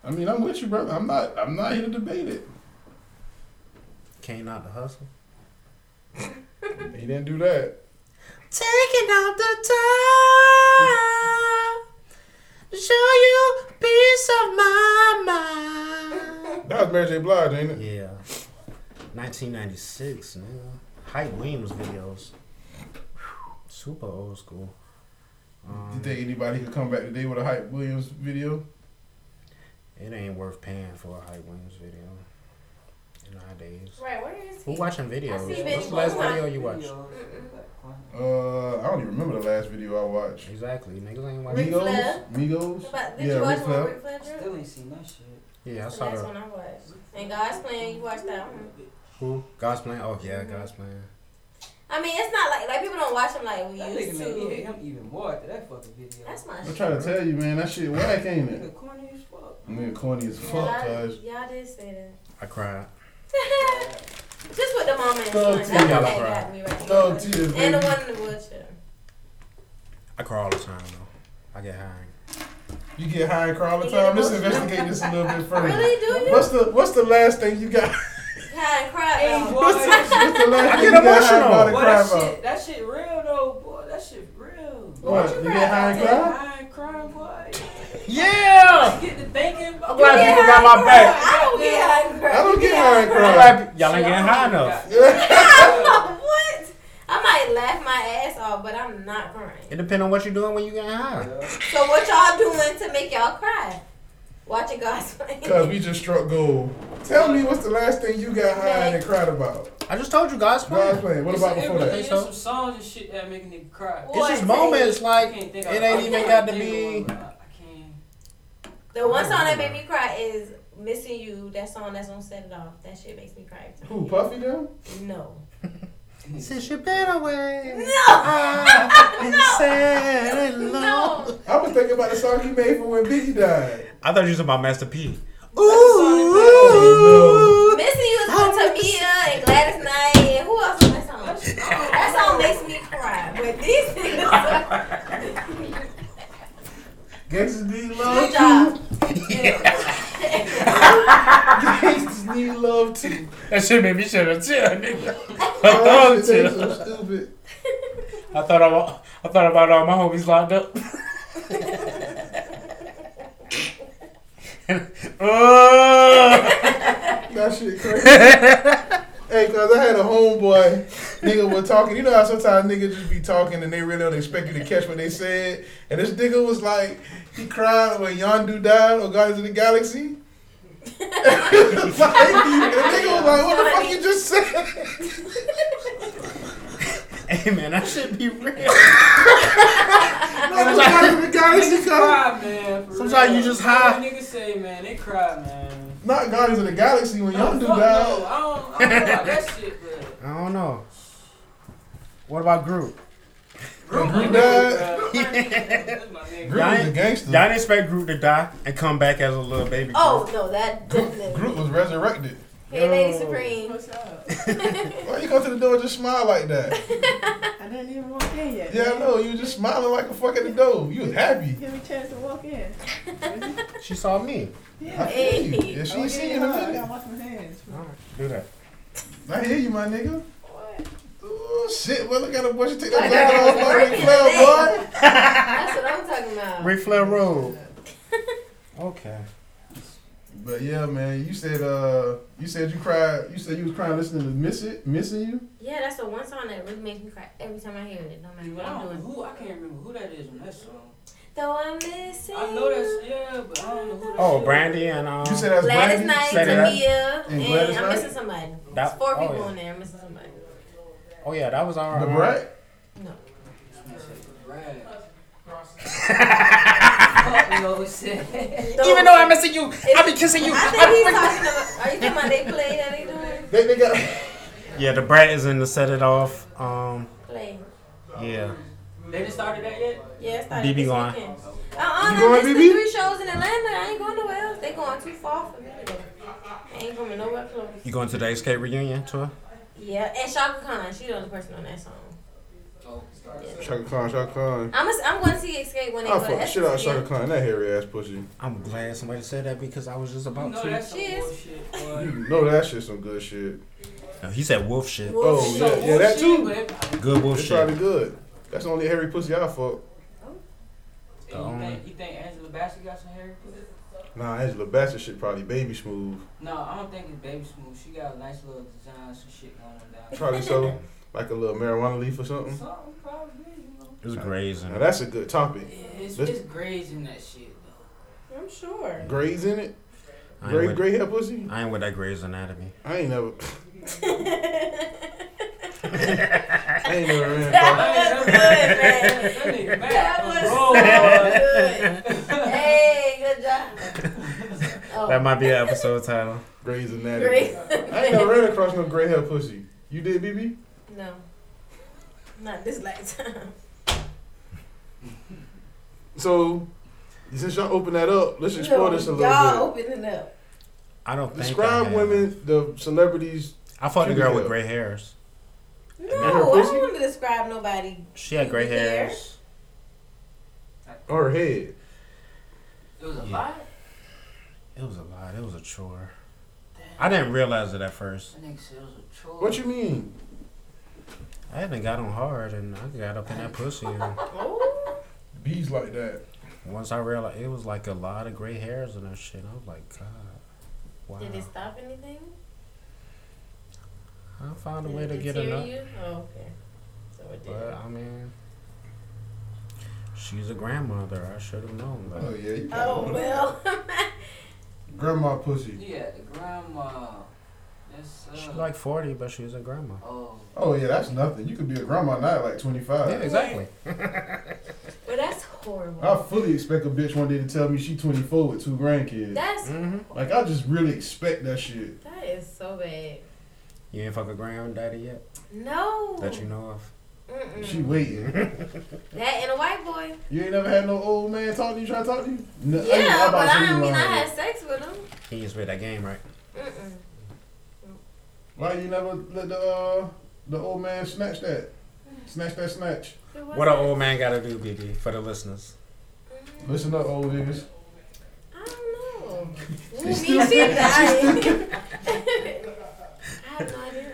Speaker 6: I mean, I'm with you, brother. I'm not. I'm not here to debate it.
Speaker 5: Came out the hustle.
Speaker 6: He didn't do that.
Speaker 5: Taking out the time. Show you peace of my mind.
Speaker 6: That was Mary J. Blige, ain't it?
Speaker 5: Yeah. 1996, nigga. Hype Williams videos. Super old school.
Speaker 6: You
Speaker 5: Um,
Speaker 6: think anybody could come back today with a Hype Williams video?
Speaker 5: it ain't worth paying for a Hype Williams video nowadays.
Speaker 4: Right, where is
Speaker 5: Who
Speaker 4: he?
Speaker 5: watching videos?
Speaker 4: see
Speaker 5: What's the
Speaker 4: video.
Speaker 5: last video you watched?
Speaker 10: Videos,
Speaker 6: Uh, I don't even remember the last video I watched.
Speaker 5: Exactly. Niggas
Speaker 4: Ric
Speaker 5: ain't watching.
Speaker 6: Migos,
Speaker 4: Flair?
Speaker 6: Migos.
Speaker 4: About, did
Speaker 6: Yeah,
Speaker 4: you watch
Speaker 6: Ric
Speaker 4: one
Speaker 6: Flair.
Speaker 4: Ric Flair
Speaker 10: but
Speaker 4: drunk?
Speaker 10: Still ain't seen that shit.
Speaker 5: Yeah, I
Speaker 4: That's the
Speaker 5: saw
Speaker 4: last
Speaker 5: the
Speaker 4: one I watched. And God's Plan, you watched that one.
Speaker 5: who? God's plan. Oh yeah, God's plan.
Speaker 4: I mean, it's not like like people don't watch them like we
Speaker 10: That
Speaker 4: used
Speaker 10: nigga made me hate
Speaker 4: to.
Speaker 10: him even more after that fucking video.
Speaker 4: That's my
Speaker 6: I'm
Speaker 4: shit.
Speaker 6: trying to tell you, man, that shit whack, ain't it?
Speaker 10: Nigga corny as fuck.
Speaker 6: Man, corny as fuck,
Speaker 4: Y'all,
Speaker 6: cuz.
Speaker 4: y'all did say
Speaker 5: I cried.
Speaker 4: that. Just with the mama and
Speaker 6: Thug
Speaker 4: the son. That's
Speaker 6: T,
Speaker 4: what
Speaker 5: y'all
Speaker 4: that
Speaker 5: cry.
Speaker 4: got me right
Speaker 6: Thug
Speaker 4: there. And
Speaker 6: tears,
Speaker 4: the
Speaker 6: baby.
Speaker 4: one in the wheelchair.
Speaker 5: I cry all the time though. I get high.
Speaker 6: You get high and cry all the time. Let's investigate this a little bit further.
Speaker 4: Really, do you?
Speaker 6: What's the What's the last thing you got?
Speaker 4: Yeah, and cry
Speaker 10: Hey,
Speaker 4: though.
Speaker 10: boy, that shit-
Speaker 6: What's the last
Speaker 5: I
Speaker 6: thing
Speaker 5: get
Speaker 6: you got high
Speaker 5: emotional.
Speaker 6: about and
Speaker 10: boy,
Speaker 6: cry
Speaker 10: that
Speaker 6: about?
Speaker 10: shit, that shit real though, boy. That shit real.
Speaker 6: What?
Speaker 4: What you
Speaker 6: You get high and cry?
Speaker 10: I ain't crying, boy.
Speaker 5: Yeah.
Speaker 10: Get to thinking.
Speaker 5: I'm glad people got my back.
Speaker 4: I don't get high and
Speaker 6: I
Speaker 4: cry.
Speaker 6: don't get high and
Speaker 5: I'm
Speaker 6: cry.
Speaker 5: glad y'all ain't getting high enough.
Speaker 4: What? I might laugh my ass off, but I'm not crying.
Speaker 5: It depends on what you're doing when you getting high.
Speaker 4: So what y'all doing to make y'all cry? Watching God's
Speaker 6: Cause
Speaker 4: plan.
Speaker 6: we just struck gold. Tell me what's the last thing you got high and cried about?
Speaker 5: I just told you God's plan.
Speaker 6: God's plan. What about before that?
Speaker 5: Think so?
Speaker 10: some songs and shit that make a nigga cry.
Speaker 4: What?
Speaker 5: It's just moments
Speaker 10: I
Speaker 5: like
Speaker 10: can't
Speaker 5: it
Speaker 10: think of- I
Speaker 5: ain't even
Speaker 10: can't
Speaker 5: got to
Speaker 10: think of
Speaker 5: be.
Speaker 10: one, but I can't.
Speaker 4: The one song that made me cry is Missing You, that song that's on Set It Off, that shit makes me cry. every time.
Speaker 6: Who Puffy them?
Speaker 4: No.
Speaker 5: Since you've been away,
Speaker 4: No!
Speaker 5: I've been sad and
Speaker 4: No!
Speaker 6: I was thinking about the song he made for when Biggie died.
Speaker 5: I thought you was about Master P.
Speaker 6: Oh,
Speaker 4: Missing You is with Tamia and Gladys Knight and who else on that song? Oh, That song makes me cry. But these niggas,
Speaker 6: Gangsters need
Speaker 4: good
Speaker 6: love
Speaker 4: job.
Speaker 6: too. Gangsters need love too.
Speaker 5: That shit made me shut up chill, nigga. I
Speaker 6: Oh,
Speaker 5: thought,
Speaker 6: that shit is
Speaker 5: chill.
Speaker 6: so stupid.
Speaker 5: I thought about, I thought about all my homies locked up. oh,
Speaker 6: That shit crazy. Hey, cause I had a homeboy, nigga was talking. You know how sometimes niggas just be talking and they really don't expect you to catch what they said. And this nigga was like, he cried when Yondu died or Guardians of the Galaxy. like, and the nigga was like, what the fuck you just said?
Speaker 5: hey man, that shit be real.
Speaker 6: No, Guardians of the Galaxy, cause
Speaker 11: Cry, man. for
Speaker 5: Sometimes
Speaker 11: real.
Speaker 5: you just high.
Speaker 11: What Niggas say, man, they cry, man.
Speaker 6: not Guardians of the Galaxy when
Speaker 11: No,
Speaker 6: Yondu
Speaker 11: Oh, fuck no.
Speaker 6: died.
Speaker 11: I don't, I don't know about that shit, but.
Speaker 5: I don't know. What about Groot?
Speaker 6: When Groot died.
Speaker 11: Died.
Speaker 6: Groot was a gangster.
Speaker 5: Y'all didn't expect Groot to die and come back as a little baby.
Speaker 4: Oh no, that definitely.
Speaker 6: Groot was resurrected.
Speaker 4: Hey, Lady Supreme.
Speaker 12: What's up?
Speaker 6: Why you come to the door and just smile like that?
Speaker 12: I didn't even walk in yet.
Speaker 6: Yeah, I
Speaker 12: man.
Speaker 6: know. You was just smiling like a fuck at the door. You was happy.
Speaker 12: Give me a chance to walk in.
Speaker 5: She saw me.
Speaker 6: I feel you. Yeah, she
Speaker 12: Oh,
Speaker 6: ain't
Speaker 12: yeah,
Speaker 6: seen you in a
Speaker 12: huh? I gotta
Speaker 6: minute.
Speaker 12: wash my hands.
Speaker 5: Do that.
Speaker 6: I hear you, my nigga.
Speaker 12: What?
Speaker 6: Oh, shit. Well, look at the boy. She take that jacket off like Ric Flair, boy.
Speaker 4: That's what I'm talking about.
Speaker 5: Ric Flair Road. Okay.
Speaker 6: But yeah, man. You said, uh, you said you cried. You said you was crying listening to Miss It, Missing You.
Speaker 4: Yeah, that's the one song that really makes me cry every time I hear it. No
Speaker 11: I
Speaker 4: matter
Speaker 11: don't
Speaker 4: what I'm
Speaker 11: know
Speaker 4: doing.
Speaker 11: who, I can't remember who that is on that song.
Speaker 4: Though I'm missing.
Speaker 11: I know that's, yeah, but I don't know who that
Speaker 5: Oh,
Speaker 11: is.
Speaker 5: Brandy and um.
Speaker 6: You said that's
Speaker 4: Gladys
Speaker 6: Brandy.
Speaker 4: Knight,
Speaker 5: Say that.
Speaker 4: Tamia,
Speaker 6: And
Speaker 4: and,
Speaker 6: Gladys
Speaker 4: I'm
Speaker 6: Knight?
Speaker 4: missing somebody. There's
Speaker 5: That-
Speaker 4: four
Speaker 5: oh,
Speaker 4: people
Speaker 5: yeah.
Speaker 4: on there. I'm missing somebody.
Speaker 5: Oh yeah, that was our.
Speaker 6: The
Speaker 5: um,
Speaker 6: Brat.
Speaker 4: No.
Speaker 11: Brad. Fuck no shit.
Speaker 5: Even though I'm missing you, I've been kissing you.
Speaker 4: I think he's talking about. Are you talking about they play that they doing?
Speaker 6: They, they got.
Speaker 5: Yeah, the brat is in the set it off. Um,
Speaker 4: Play.
Speaker 5: yeah.
Speaker 11: They didn't started that yet?
Speaker 4: Yeah, it's
Speaker 5: BB
Speaker 4: started this
Speaker 5: going.
Speaker 4: weekend. Uh-uh,
Speaker 6: You
Speaker 4: I
Speaker 6: going,
Speaker 4: missed the
Speaker 6: BB?
Speaker 4: three shows in Atlanta. I ain't going nowhere else. They going too far for me to go. I ain't going nowhere close.
Speaker 5: You going to the Escape reunion tour?
Speaker 4: Yeah, and Shaka Khan. She the only person on that song.
Speaker 6: Shaka Khan, Shaka Khan.
Speaker 4: I'm, a, I'm going to see Escape when they
Speaker 6: I
Speaker 4: go to
Speaker 6: fuck the shit out of
Speaker 4: SNCM.
Speaker 6: Shaka Khan. That hairy ass pussy.
Speaker 5: I'm glad somebody said that because I was just about
Speaker 11: No,
Speaker 5: to.
Speaker 11: that's some
Speaker 4: Cheers.
Speaker 11: bullshit, boy.
Speaker 6: You know that shit some good shit.
Speaker 5: No, he said wolf shit.
Speaker 6: Oh yeah, yeah, that too.
Speaker 11: Bullshit, but it-
Speaker 5: Good wolf
Speaker 6: It's
Speaker 5: shit.
Speaker 6: probably good. That's the only hairy pussy I fuck.
Speaker 11: You think, you think Angela Bassett got some hair?
Speaker 6: Nah, Angela Bassett shit probably baby smooth.
Speaker 11: No, I don't think it's baby smooth. She got a nice little design, some shit going on down.
Speaker 6: Probably so. Like a little marijuana leaf or something.
Speaker 11: Something probably, you know.
Speaker 5: It was grazing.
Speaker 6: Now that's a good topic.
Speaker 11: It's,
Speaker 6: This-
Speaker 11: it's grazing that shit, though.
Speaker 4: I'm sure.
Speaker 6: Grays in it?
Speaker 5: I ain't,
Speaker 6: Gray
Speaker 5: with,
Speaker 6: gray hair pussy?
Speaker 5: I ain't with that Grey's Anatomy.
Speaker 6: I ain't never I ain't never ran across
Speaker 4: That was good, man.
Speaker 11: That nigga back
Speaker 4: That
Speaker 11: on
Speaker 4: was
Speaker 11: roll,
Speaker 4: so Oh, good. Hey, good job. Oh,
Speaker 5: That might be an episode title.
Speaker 6: Grays Anatomy.
Speaker 4: great.
Speaker 6: I ain't never ran across no gray hair pussy. You did, BB?
Speaker 4: No. Not this lifetime.
Speaker 6: So since y'all open that up, let's explore
Speaker 4: No,
Speaker 6: this a
Speaker 4: Y'all
Speaker 6: little bit.
Speaker 4: opening up.
Speaker 5: I don't think. I
Speaker 6: Describe
Speaker 5: have.
Speaker 6: women, the celebrities.
Speaker 5: I fucked a
Speaker 6: Give me
Speaker 5: girl
Speaker 6: hell.
Speaker 5: with gray hairs.
Speaker 4: No, I
Speaker 6: her
Speaker 4: don't
Speaker 6: pussy?
Speaker 4: want to describe nobody.
Speaker 5: She had gray
Speaker 4: Gray hair?
Speaker 5: hairs.
Speaker 6: Or her head.
Speaker 11: It was a
Speaker 5: Yeah.
Speaker 11: lot.
Speaker 5: It was a lot. It was a chore. I didn't realize it at first.
Speaker 11: That nigga said it was a chore.
Speaker 6: What you mean?
Speaker 5: I hadn't got on hard, and I got up in that pussy. And
Speaker 6: Bees like that.
Speaker 5: once I realized it was like a lot of gray hairs and that shit, I was like, God, wow.
Speaker 4: Did it stop anything?
Speaker 5: I found a way
Speaker 4: Did
Speaker 5: to
Speaker 4: it
Speaker 5: get
Speaker 4: deter
Speaker 5: enough.
Speaker 4: you? Oh, okay. So it did.
Speaker 5: But I mean, she's a grandmother. I should have known. But
Speaker 6: Oh yeah. You got
Speaker 4: Oh
Speaker 6: one.
Speaker 4: well.
Speaker 6: Grandma pussy.
Speaker 11: Yeah, the grandma. That's uh.
Speaker 5: she's like forty, but she's a grandma.
Speaker 11: oh,
Speaker 6: Oh yeah, that's nothing. You could be a grandma now, at like twenty five.
Speaker 5: Yeah, exactly.
Speaker 4: well, that's
Speaker 5: Oh.
Speaker 4: horrible.
Speaker 7: I fully expect a bitch one day to tell me she 24 with two grandkids.
Speaker 4: That's
Speaker 5: Mm. Mm-hmm.
Speaker 7: Like I just really expect that shit.
Speaker 4: that is so bad.
Speaker 5: You ain't fuck a granddaddy yet
Speaker 4: No.
Speaker 5: that you know of.
Speaker 4: Mm-mm.
Speaker 7: She waiting.
Speaker 4: That and a white boy.
Speaker 7: You ain't never had no old man talk to you, try to talk to you. No, ain't
Speaker 4: Yeah,
Speaker 7: about
Speaker 4: but
Speaker 7: to
Speaker 4: I
Speaker 7: leave
Speaker 4: don't mean I
Speaker 7: lying.
Speaker 4: had sex with him.
Speaker 5: He just read that game right.
Speaker 4: Mm-mm.
Speaker 7: Why you never let the uh, the old man snatch that? Snatch that snatch.
Speaker 4: It
Speaker 5: What an
Speaker 4: wasn't-
Speaker 5: old man gotta do, BB, for the listeners.
Speaker 7: Listen up, old niggas.
Speaker 4: I don't know. Ooh, me, she died. I have no idea.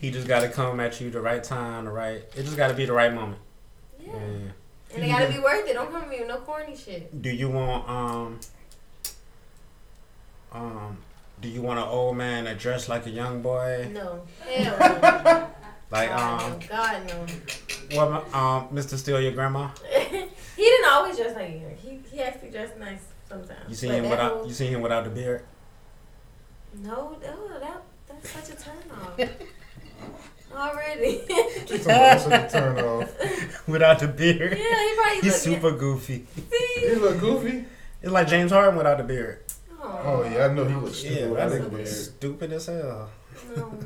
Speaker 5: He just gotta come at you the right time, the right. It just gotta be the right moment.
Speaker 4: Yeah.
Speaker 5: Yeah.
Speaker 4: And it gotta be worth it. Don't come to me with no corny shit.
Speaker 5: Do you want um um do you want an old man that dressed like a young boy?
Speaker 4: No. Hell no.
Speaker 5: Like um
Speaker 4: God, no. God, no.
Speaker 5: what my- um Mr. Steele your grandma?
Speaker 4: he didn't always dress like a girl. He, he actually dressed nice sometimes.
Speaker 5: You seen
Speaker 4: But
Speaker 5: him
Speaker 4: that
Speaker 5: without
Speaker 4: whole-
Speaker 5: you seen him without the beard?
Speaker 4: No, no, that, that's such a turn off. Already.
Speaker 6: That's a turn off.
Speaker 5: without the
Speaker 4: yeah,
Speaker 5: beard.
Speaker 4: he probably
Speaker 5: He's
Speaker 4: looked-
Speaker 5: super goofy.
Speaker 4: See?
Speaker 6: You look goofy.
Speaker 5: It's like James Harden without the beard.
Speaker 4: Oh,
Speaker 6: Oh yeah, I know he looks stupid.
Speaker 5: Yeah,
Speaker 6: I
Speaker 5: that
Speaker 6: think
Speaker 5: nigga stupid as hell.
Speaker 4: no.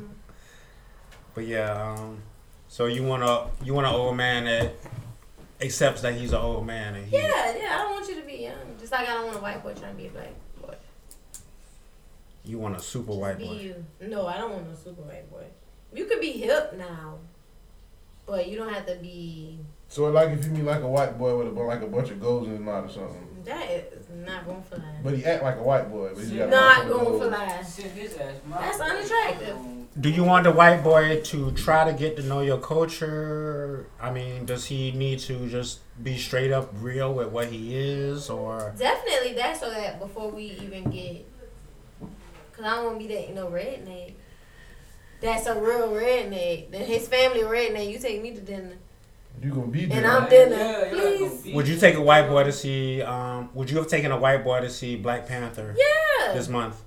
Speaker 5: But yeah, um so you want to you want an old man that accepts that he's an old man and he
Speaker 4: Yeah, yeah, I don't want you to be young. Just like I don't want a white boy trying to be a black boy.
Speaker 5: you want a super white
Speaker 4: be
Speaker 5: boy.
Speaker 4: you. No, I don't want no super white boy. You could be hip now, but you don't have to be.
Speaker 6: So like if you meet like a white boy with a bu- like a bunch of golds in his mouth or something,
Speaker 4: That is not going to fly.
Speaker 6: but he act like a white boy, but he got a
Speaker 4: Not
Speaker 6: bunch of
Speaker 4: going to
Speaker 6: golds.
Speaker 4: fly.
Speaker 11: Sit his ass. my-
Speaker 4: That's unattractive.
Speaker 5: Do you want the white boy to try to get to know your culture? I mean, does he need to just be straight up real with what he is, or
Speaker 4: Definitely that, so that before we even get, cause I don't want to be that you know redneck. That's a real redneck. Then his family redneck. You take me to dinner,
Speaker 6: You gonna be
Speaker 4: and
Speaker 6: there?
Speaker 4: I'm dinner.
Speaker 11: Yeah, you're not gonna
Speaker 4: Please.
Speaker 11: be
Speaker 5: would you
Speaker 11: there.
Speaker 5: take a white boy to see? Um, would you have taken a white boy to see Black Panther
Speaker 4: Yeah,
Speaker 5: this month?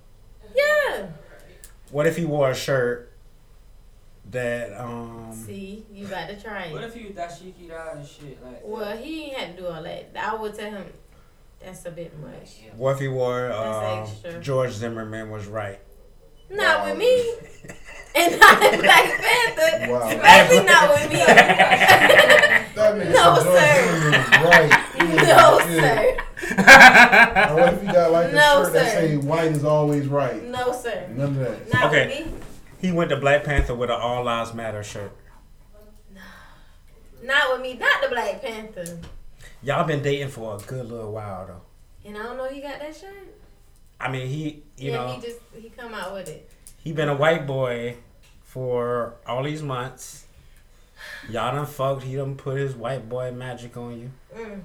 Speaker 4: yeah.
Speaker 5: What if he wore a shirt that? Um,
Speaker 4: See, you about to try
Speaker 11: What
Speaker 4: it.
Speaker 11: if you dashiki da and shit like?
Speaker 4: Well, he ain't had to do all that. I would tell him that's a bit much.
Speaker 5: what if he wore? Um,
Speaker 4: That's extra.
Speaker 5: George Zimmerman was right.
Speaker 4: Not with me. And not in Black Panther.
Speaker 6: Wow.
Speaker 4: Especially not with me.
Speaker 6: That nigga
Speaker 4: No,
Speaker 6: some George
Speaker 4: sir.
Speaker 6: Zimmerman is right.
Speaker 4: no, sir.
Speaker 6: Yeah. Now, what if you got like a
Speaker 4: No,
Speaker 6: shirt that
Speaker 4: sir.
Speaker 6: say white is always right?
Speaker 4: No, sir.
Speaker 6: None of that.
Speaker 4: Not
Speaker 5: Okay.
Speaker 4: with me.
Speaker 5: He went to Black Panther with an All Lives Matter shirt.
Speaker 4: Not with me. Not the Black Panther.
Speaker 5: Y'all been dating for a good little while though.
Speaker 4: And I don't know he got that shirt.
Speaker 5: I mean, he you
Speaker 4: yeah,
Speaker 5: know.
Speaker 4: he just he come out with it.
Speaker 5: He been a white boy for all these months. Y'all done fucked. He done put his white boy magic on you.
Speaker 4: Mm.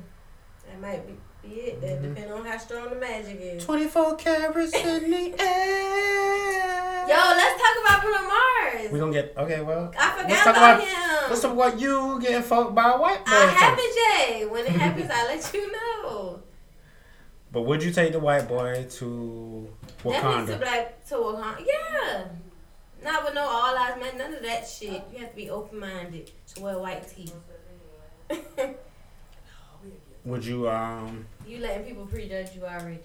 Speaker 4: That might be, be it. That
Speaker 5: Mm-hmm.
Speaker 4: depend on how strong the magic is.
Speaker 5: 24 carats in the air.
Speaker 4: Yo, let's talk about Bruno Mars.
Speaker 5: We gonna get, okay, well.
Speaker 4: I forgot
Speaker 5: let's talk
Speaker 4: about,
Speaker 5: about-
Speaker 4: him.
Speaker 5: Let's talk about you getting fucked by a white boy.
Speaker 4: I
Speaker 5: first.
Speaker 4: haven't, Jay. When it happens, I let you know.
Speaker 5: But would you take the white boy to
Speaker 4: Definitely to
Speaker 5: Wakanda?
Speaker 4: black to Wakanda. Yeah. Not with no all lives man, none of that shit. You have to be open minded to wear white teeth.
Speaker 5: Would you, um.
Speaker 4: you letting people prejudge you already.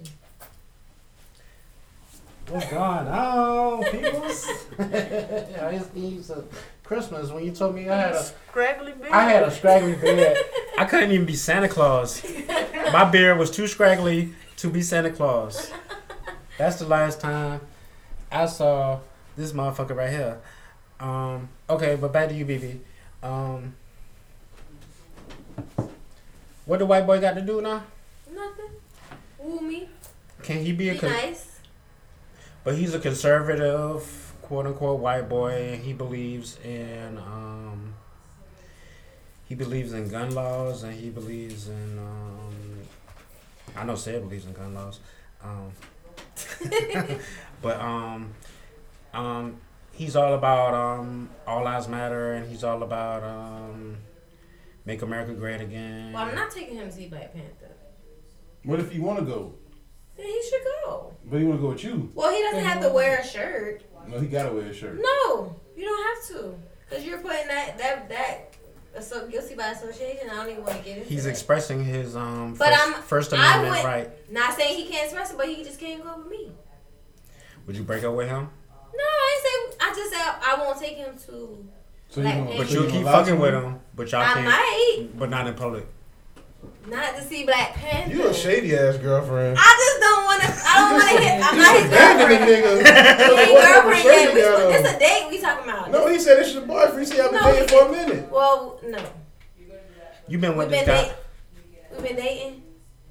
Speaker 5: What's going on, peoples? I just need some Christmas when you told me I had a
Speaker 4: Scraggly beard.
Speaker 5: I had a scraggly beard. I couldn't even be Santa Claus. My beard was too scraggly to be Santa Claus. That's the last time I saw this motherfucker right here. Um, okay, but back to you, BB. Um, what the white boy got to do now?
Speaker 4: Nothing. Woo me.
Speaker 5: Can he
Speaker 4: Be
Speaker 5: be a? Con-
Speaker 4: nice.
Speaker 5: but he's a conservative, quote unquote, white boy, and he believes in. Um, he believes in gun laws, and he believes in. Um, I know Sid believes in gun laws, um, but um, um, he's all about um, all lives matter, and he's all about um, make America great again.
Speaker 4: Well, I'm not taking him to see Black Panther.
Speaker 7: What if you want to go,
Speaker 4: Then he should go.
Speaker 7: but he want to go with you?
Speaker 4: Well, he doesn't have to wear a shirt.
Speaker 7: No, he gotta wear a shirt.
Speaker 4: No, you don't have to. Because you're putting that, that, that so guilty by association. I don't even want to get into
Speaker 5: He's
Speaker 4: that.
Speaker 5: expressing his um
Speaker 4: But
Speaker 5: 1st
Speaker 4: I'm-
Speaker 5: First
Speaker 4: I
Speaker 5: Amendment
Speaker 4: would-
Speaker 5: right.
Speaker 4: Not saying he can't express it, but he just can't go with me.
Speaker 5: Would you break up with him?
Speaker 4: No, I ain't say. I just said I won't take him to.
Speaker 7: So
Speaker 4: Black
Speaker 7: gonna-
Speaker 4: man.
Speaker 5: But
Speaker 7: so
Speaker 5: you'll
Speaker 7: gonna
Speaker 5: keep
Speaker 7: lie to
Speaker 5: fucking with him. But y'all
Speaker 4: I
Speaker 5: can't.
Speaker 4: might
Speaker 5: But not in public.
Speaker 4: not to see Black Panther.
Speaker 6: You a shady ass girlfriend.
Speaker 4: I just don't want to. I don't want to hit. I'm not his
Speaker 6: Back in the
Speaker 4: girlfriend. He ain't
Speaker 6: nigga. What type of
Speaker 4: girlfriend
Speaker 6: shady
Speaker 4: yet. We,
Speaker 6: got
Speaker 4: this
Speaker 6: on?
Speaker 4: a date we talking about.
Speaker 6: No, he said it's your boyfriend. See, I've been
Speaker 4: No, he-
Speaker 6: dating for a minute.
Speaker 4: Well, no.
Speaker 5: You've been
Speaker 4: We've
Speaker 5: with
Speaker 4: been
Speaker 5: this guy.
Speaker 4: dating. We've been dating.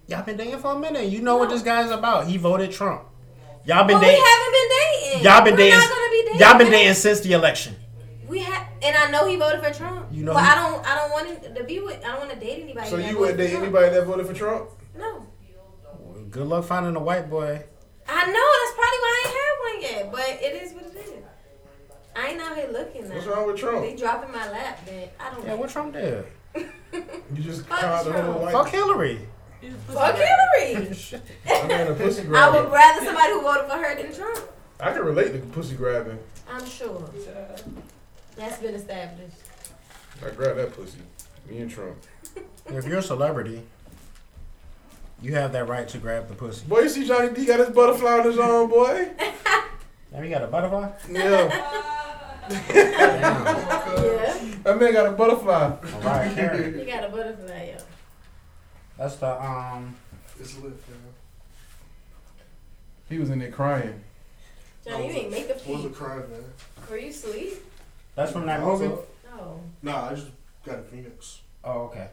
Speaker 5: Y'all been dating for a minute. You know what this guy's about. He voted Trump. Y'all been
Speaker 4: But we
Speaker 5: dating.
Speaker 4: haven't been dating.
Speaker 5: Y'all been
Speaker 4: We're
Speaker 5: dating.
Speaker 4: Not gonna be dating.
Speaker 5: Y'all been dating since the election.
Speaker 4: We have, and I know he voted for Trump.
Speaker 5: You know
Speaker 4: but
Speaker 5: he-
Speaker 4: I don't. I don't want him to be with. I don't want to date anybody.
Speaker 6: So
Speaker 4: that
Speaker 6: you
Speaker 4: voted
Speaker 6: wouldn't date
Speaker 4: for Trump.
Speaker 6: anybody that voted for Trump?
Speaker 4: No.
Speaker 5: Well, Good luck finding a white boy.
Speaker 4: I know that's probably why I ain't had one yet, but it is what it is. I ain't out here looking. Now.
Speaker 6: What's wrong with
Speaker 4: They
Speaker 6: Trump?
Speaker 4: dropping my lap, man. I don't.
Speaker 5: Yeah, what Trump did?
Speaker 6: You just
Speaker 4: Fuck
Speaker 6: called the whole
Speaker 4: Trump.
Speaker 6: white.
Speaker 5: Fuck Hillary.
Speaker 4: Fuck Hillary.
Speaker 6: I mean, a Oh, pussy
Speaker 4: I would
Speaker 6: grabbing.
Speaker 4: rather somebody who voted for her than Trump.
Speaker 6: I can relate to pussy grabbing.
Speaker 4: I'm sure. That's been established.
Speaker 6: I grab that pussy. Me and Trump.
Speaker 5: If you're a celebrity, you have that right to grab the pussy.
Speaker 6: Boy, you see Johnny D got his butterfly on his arm, boy.
Speaker 5: Now you got a butterfly.
Speaker 6: Yeah,
Speaker 5: Damn.
Speaker 4: Yeah.
Speaker 6: that man got a butterfly.
Speaker 5: Mariah Carey.
Speaker 4: You got a butterfly, yo.
Speaker 5: That's the um.
Speaker 13: It's lit, man.
Speaker 7: He was in there crying.
Speaker 4: John, you ain't make a
Speaker 13: Wasn't
Speaker 4: peep.
Speaker 13: crying, man.
Speaker 4: Were you asleep?
Speaker 5: That's from that
Speaker 13: Also-
Speaker 5: movie.
Speaker 4: No.
Speaker 13: Nah, I just got a Phoenix.
Speaker 5: Oh, okay.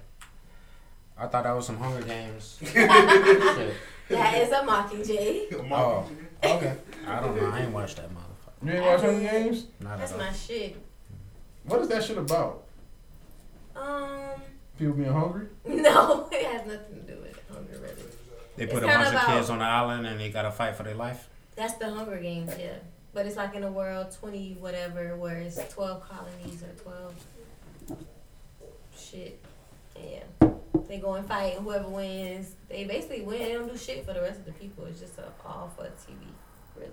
Speaker 5: I thought that was some Hunger Games.
Speaker 4: That is a mockingjay.
Speaker 5: Oh, okay. I don't know. I ain't watched that motherfucker.
Speaker 7: You ain't watch Hunger Games?
Speaker 5: Not
Speaker 4: That's
Speaker 5: at all.
Speaker 4: my shit.
Speaker 7: What is that shit about?
Speaker 4: Um,
Speaker 7: People being hungry?
Speaker 4: no, it has nothing to do with Hunger Really.
Speaker 5: They
Speaker 4: It's
Speaker 5: put a
Speaker 4: kinda
Speaker 5: bunch of
Speaker 4: about-
Speaker 5: kids on the island and they gotta fight for their life.
Speaker 4: That's the Hunger Games, yeah. But it's like in a world twenty whatever where it's twelve colonies or twelve shit. Yeah. They go and fight and whoever wins they basically win they don't do shit for the rest of the people. It's just a, all for T V, really.